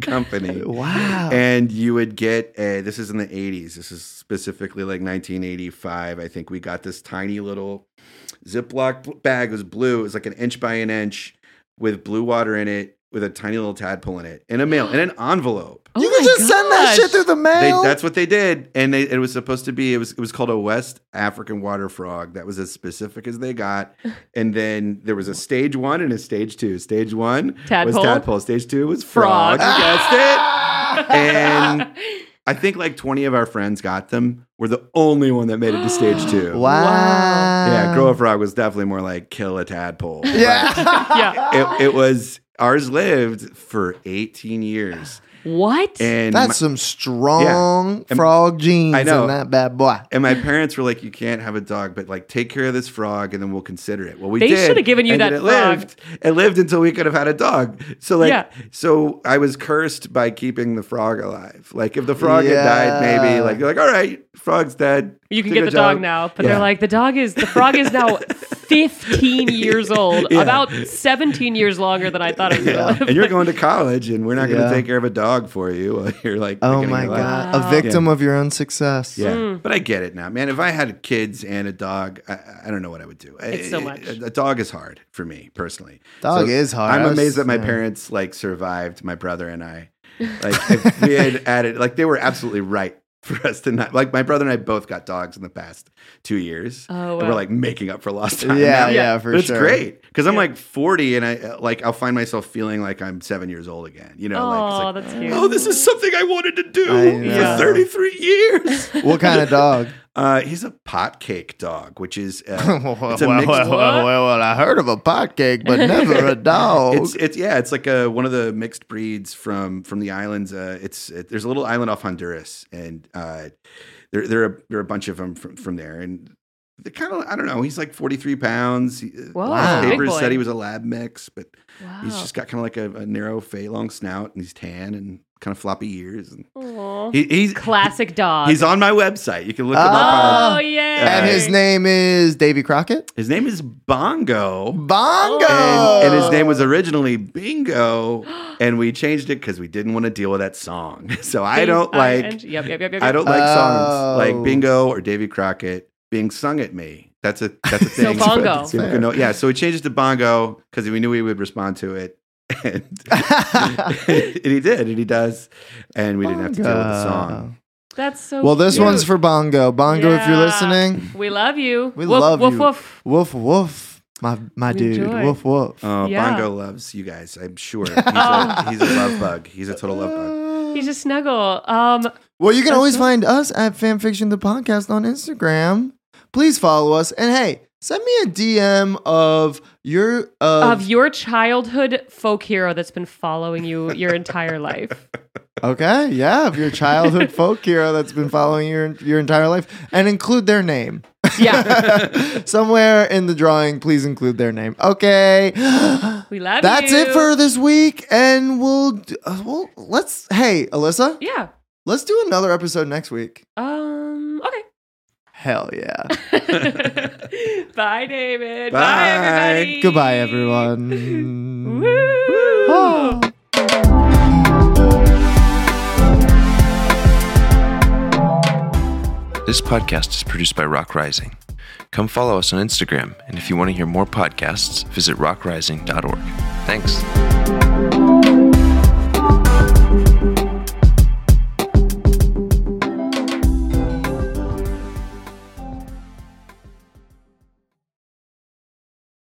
[SPEAKER 6] company.
[SPEAKER 1] Wow.
[SPEAKER 6] And you would get a, this is in the 80s. This is specifically like 1985. I think we got this tiny little Ziploc bag. It was blue. It was like an inch by an inch with blue water in it, with a tiny little tadpole in it, in a mail, in an envelope.
[SPEAKER 2] Oh
[SPEAKER 1] you can
[SPEAKER 2] my
[SPEAKER 1] just send that
[SPEAKER 2] gosh.
[SPEAKER 1] shit through the
[SPEAKER 6] They,
[SPEAKER 1] mail.
[SPEAKER 6] that's what they did, and they, it was supposed to be. It was it was called a West African water frog. That was as specific as they got. And then there was a stage one and a stage two. Stage one
[SPEAKER 2] Tadpole?
[SPEAKER 6] was tadpole. Stage two was
[SPEAKER 2] Frog.
[SPEAKER 6] frog. You guessed it. And I think like twenty of our friends got them. We're the only one that made it to stage two.
[SPEAKER 1] wow.
[SPEAKER 6] Yeah, grow a frog was definitely more like kill a tadpole.
[SPEAKER 1] Yeah.
[SPEAKER 2] yeah.
[SPEAKER 6] It, it was ours lived for eighteen years,
[SPEAKER 2] What?
[SPEAKER 6] and
[SPEAKER 1] That's
[SPEAKER 6] my-
[SPEAKER 1] some strong frog genes
[SPEAKER 6] I know.
[SPEAKER 1] in that bad boy.
[SPEAKER 6] And my parents were like, "You can't have a dog, but like take care of this frog, and then we'll consider it." Well, we
[SPEAKER 2] They
[SPEAKER 6] did.
[SPEAKER 2] shoulda given you
[SPEAKER 6] and
[SPEAKER 2] that
[SPEAKER 6] then it
[SPEAKER 2] frog.
[SPEAKER 6] lived. It lived until we could have had a dog. So like,
[SPEAKER 2] Yeah.
[SPEAKER 6] so I was cursed by keeping the frog alive. Like if the frog
[SPEAKER 1] Yeah.
[SPEAKER 6] had died, maybe like you're like, "All right, frog's dead.
[SPEAKER 2] you can
[SPEAKER 6] Take
[SPEAKER 2] get
[SPEAKER 6] a
[SPEAKER 2] the dog now, but they're
[SPEAKER 6] Yeah.
[SPEAKER 2] like the dog is the frog is now 15 years old,
[SPEAKER 6] Yeah.
[SPEAKER 2] about 17 years longer than I thought it was
[SPEAKER 6] Yeah.
[SPEAKER 2] going to live.
[SPEAKER 6] and you're going to college, and we're not going
[SPEAKER 1] Yeah.
[SPEAKER 6] to take care of a dog for you. While you're like,
[SPEAKER 1] Oh
[SPEAKER 6] beginning
[SPEAKER 1] my
[SPEAKER 6] your life.
[SPEAKER 1] god.
[SPEAKER 2] Wow.
[SPEAKER 1] A victim of your own success.
[SPEAKER 6] Yeah,
[SPEAKER 2] Mm.
[SPEAKER 6] but I get it now, man. If I had kids and a dog, I, I don't know what I would do.
[SPEAKER 2] It's so much.
[SPEAKER 6] A, a dog is hard for me personally.
[SPEAKER 1] Dog is hard. I
[SPEAKER 6] I'm
[SPEAKER 1] was-
[SPEAKER 6] amazed that my
[SPEAKER 1] yeah.
[SPEAKER 6] parents like survived my brother and I. Like if we had added, like they were absolutely right for us to not. Like my brother and I both got dogs in the past two years.
[SPEAKER 2] Oh,
[SPEAKER 6] and
[SPEAKER 2] wow.
[SPEAKER 6] we're like making up for lost
[SPEAKER 1] Yeah,
[SPEAKER 6] time.
[SPEAKER 1] yeah,
[SPEAKER 6] now.
[SPEAKER 1] for
[SPEAKER 6] But it's
[SPEAKER 1] sure.
[SPEAKER 6] great because I'm like 40 and I like I'll find myself feeling like I'm seven years old again. You know, like, it's
[SPEAKER 2] Oh,
[SPEAKER 6] like,
[SPEAKER 2] that's cute.
[SPEAKER 6] oh, this is something I wanted to
[SPEAKER 1] I
[SPEAKER 6] do
[SPEAKER 1] know.
[SPEAKER 6] for 33 years.
[SPEAKER 1] What kind of dog?
[SPEAKER 6] Uh, he's a potcake dog, which is uh,
[SPEAKER 1] well,
[SPEAKER 6] it's a mixed.
[SPEAKER 1] well, well, well, well, I heard of a potcake, but never a dog.
[SPEAKER 6] It's it's yeah, it's like a, one of the mixed breeds from from the islands. Uh, it's it, there's a little island off Honduras, and uh, there there are there are a bunch of them from, from there, and they kind of I don't know. He's like 43 pounds. He-
[SPEAKER 2] Whoa,
[SPEAKER 6] Last
[SPEAKER 1] big
[SPEAKER 6] papers
[SPEAKER 2] boy. Oh.
[SPEAKER 6] said he was a lab mix, but
[SPEAKER 2] wow.
[SPEAKER 6] he's just got kind of like a, a narrow, fey, long snout, and he's tan and kind of floppy ears, and
[SPEAKER 2] Aw.
[SPEAKER 6] He, he's
[SPEAKER 2] Classic dog.
[SPEAKER 6] he's on my website. You can look him up.
[SPEAKER 2] oh
[SPEAKER 6] On,
[SPEAKER 2] yeah.
[SPEAKER 1] And his name is Davy Crockett.
[SPEAKER 6] his name is Bongo.
[SPEAKER 1] Bongo.
[SPEAKER 6] Oh. And,
[SPEAKER 2] Oh.
[SPEAKER 6] and his name was originally Bingo, and we changed it because we didn't want to deal with that song. So I don't like
[SPEAKER 2] Yep, yep, yep, yep.
[SPEAKER 6] I don't like
[SPEAKER 1] Oh.
[SPEAKER 6] songs like Bingo or Davy Crockett being sung at me. That's a that's a
[SPEAKER 2] So
[SPEAKER 6] thing.
[SPEAKER 2] bongo.
[SPEAKER 6] People can know- yeah, so we changed it to bongo because we knew we would respond to it, and, and he did, and he does, and we didn't have to deal with the song.
[SPEAKER 2] That's so.
[SPEAKER 1] well, this
[SPEAKER 2] cute.
[SPEAKER 1] one's for Bongo. Bongo, if you're
[SPEAKER 2] Yeah.
[SPEAKER 1] listening,
[SPEAKER 2] We love you.
[SPEAKER 1] we
[SPEAKER 2] Woof,
[SPEAKER 1] love
[SPEAKER 2] woof,
[SPEAKER 1] you.
[SPEAKER 2] Woof.
[SPEAKER 1] Woof woof. My my
[SPEAKER 2] We
[SPEAKER 1] dude.
[SPEAKER 2] enjoy.
[SPEAKER 1] Woof woof.
[SPEAKER 6] Oh,
[SPEAKER 2] Yeah.
[SPEAKER 6] bongo loves you guys. I'm sure he's a, he's a love bug. He's a total love bug.
[SPEAKER 2] He's a snuggle. Um,
[SPEAKER 1] Well, you can
[SPEAKER 2] That's
[SPEAKER 1] always
[SPEAKER 2] cool.
[SPEAKER 1] find us at Fanfiction the Podcast on Instagram. Please follow us. And hey, send me a DM of your
[SPEAKER 2] of
[SPEAKER 1] of,
[SPEAKER 2] your childhood folk hero that's been following you your entire life.
[SPEAKER 1] okay, yeah, of your childhood folk hero that's been following your your entire life, and include their name
[SPEAKER 2] Yeah,
[SPEAKER 1] somewhere in the drawing. Please include their name. Okay,
[SPEAKER 2] we love
[SPEAKER 1] that's
[SPEAKER 2] you.
[SPEAKER 1] it for this week, and we'll d- uh, well let's hey Alyssa,
[SPEAKER 2] Yeah.
[SPEAKER 1] let's do another episode next week.
[SPEAKER 2] Um.
[SPEAKER 1] Hell yeah!
[SPEAKER 2] Okay. Bye, David. Bye,
[SPEAKER 6] Bye.
[SPEAKER 2] everybody.
[SPEAKER 1] Goodbye, everyone.
[SPEAKER 2] Woo.
[SPEAKER 1] Ah.
[SPEAKER 9] This podcast is produced by Rock Rising. Come follow us on Instagram, and if you want to hear more podcasts, visit rockrising.org. Thanks.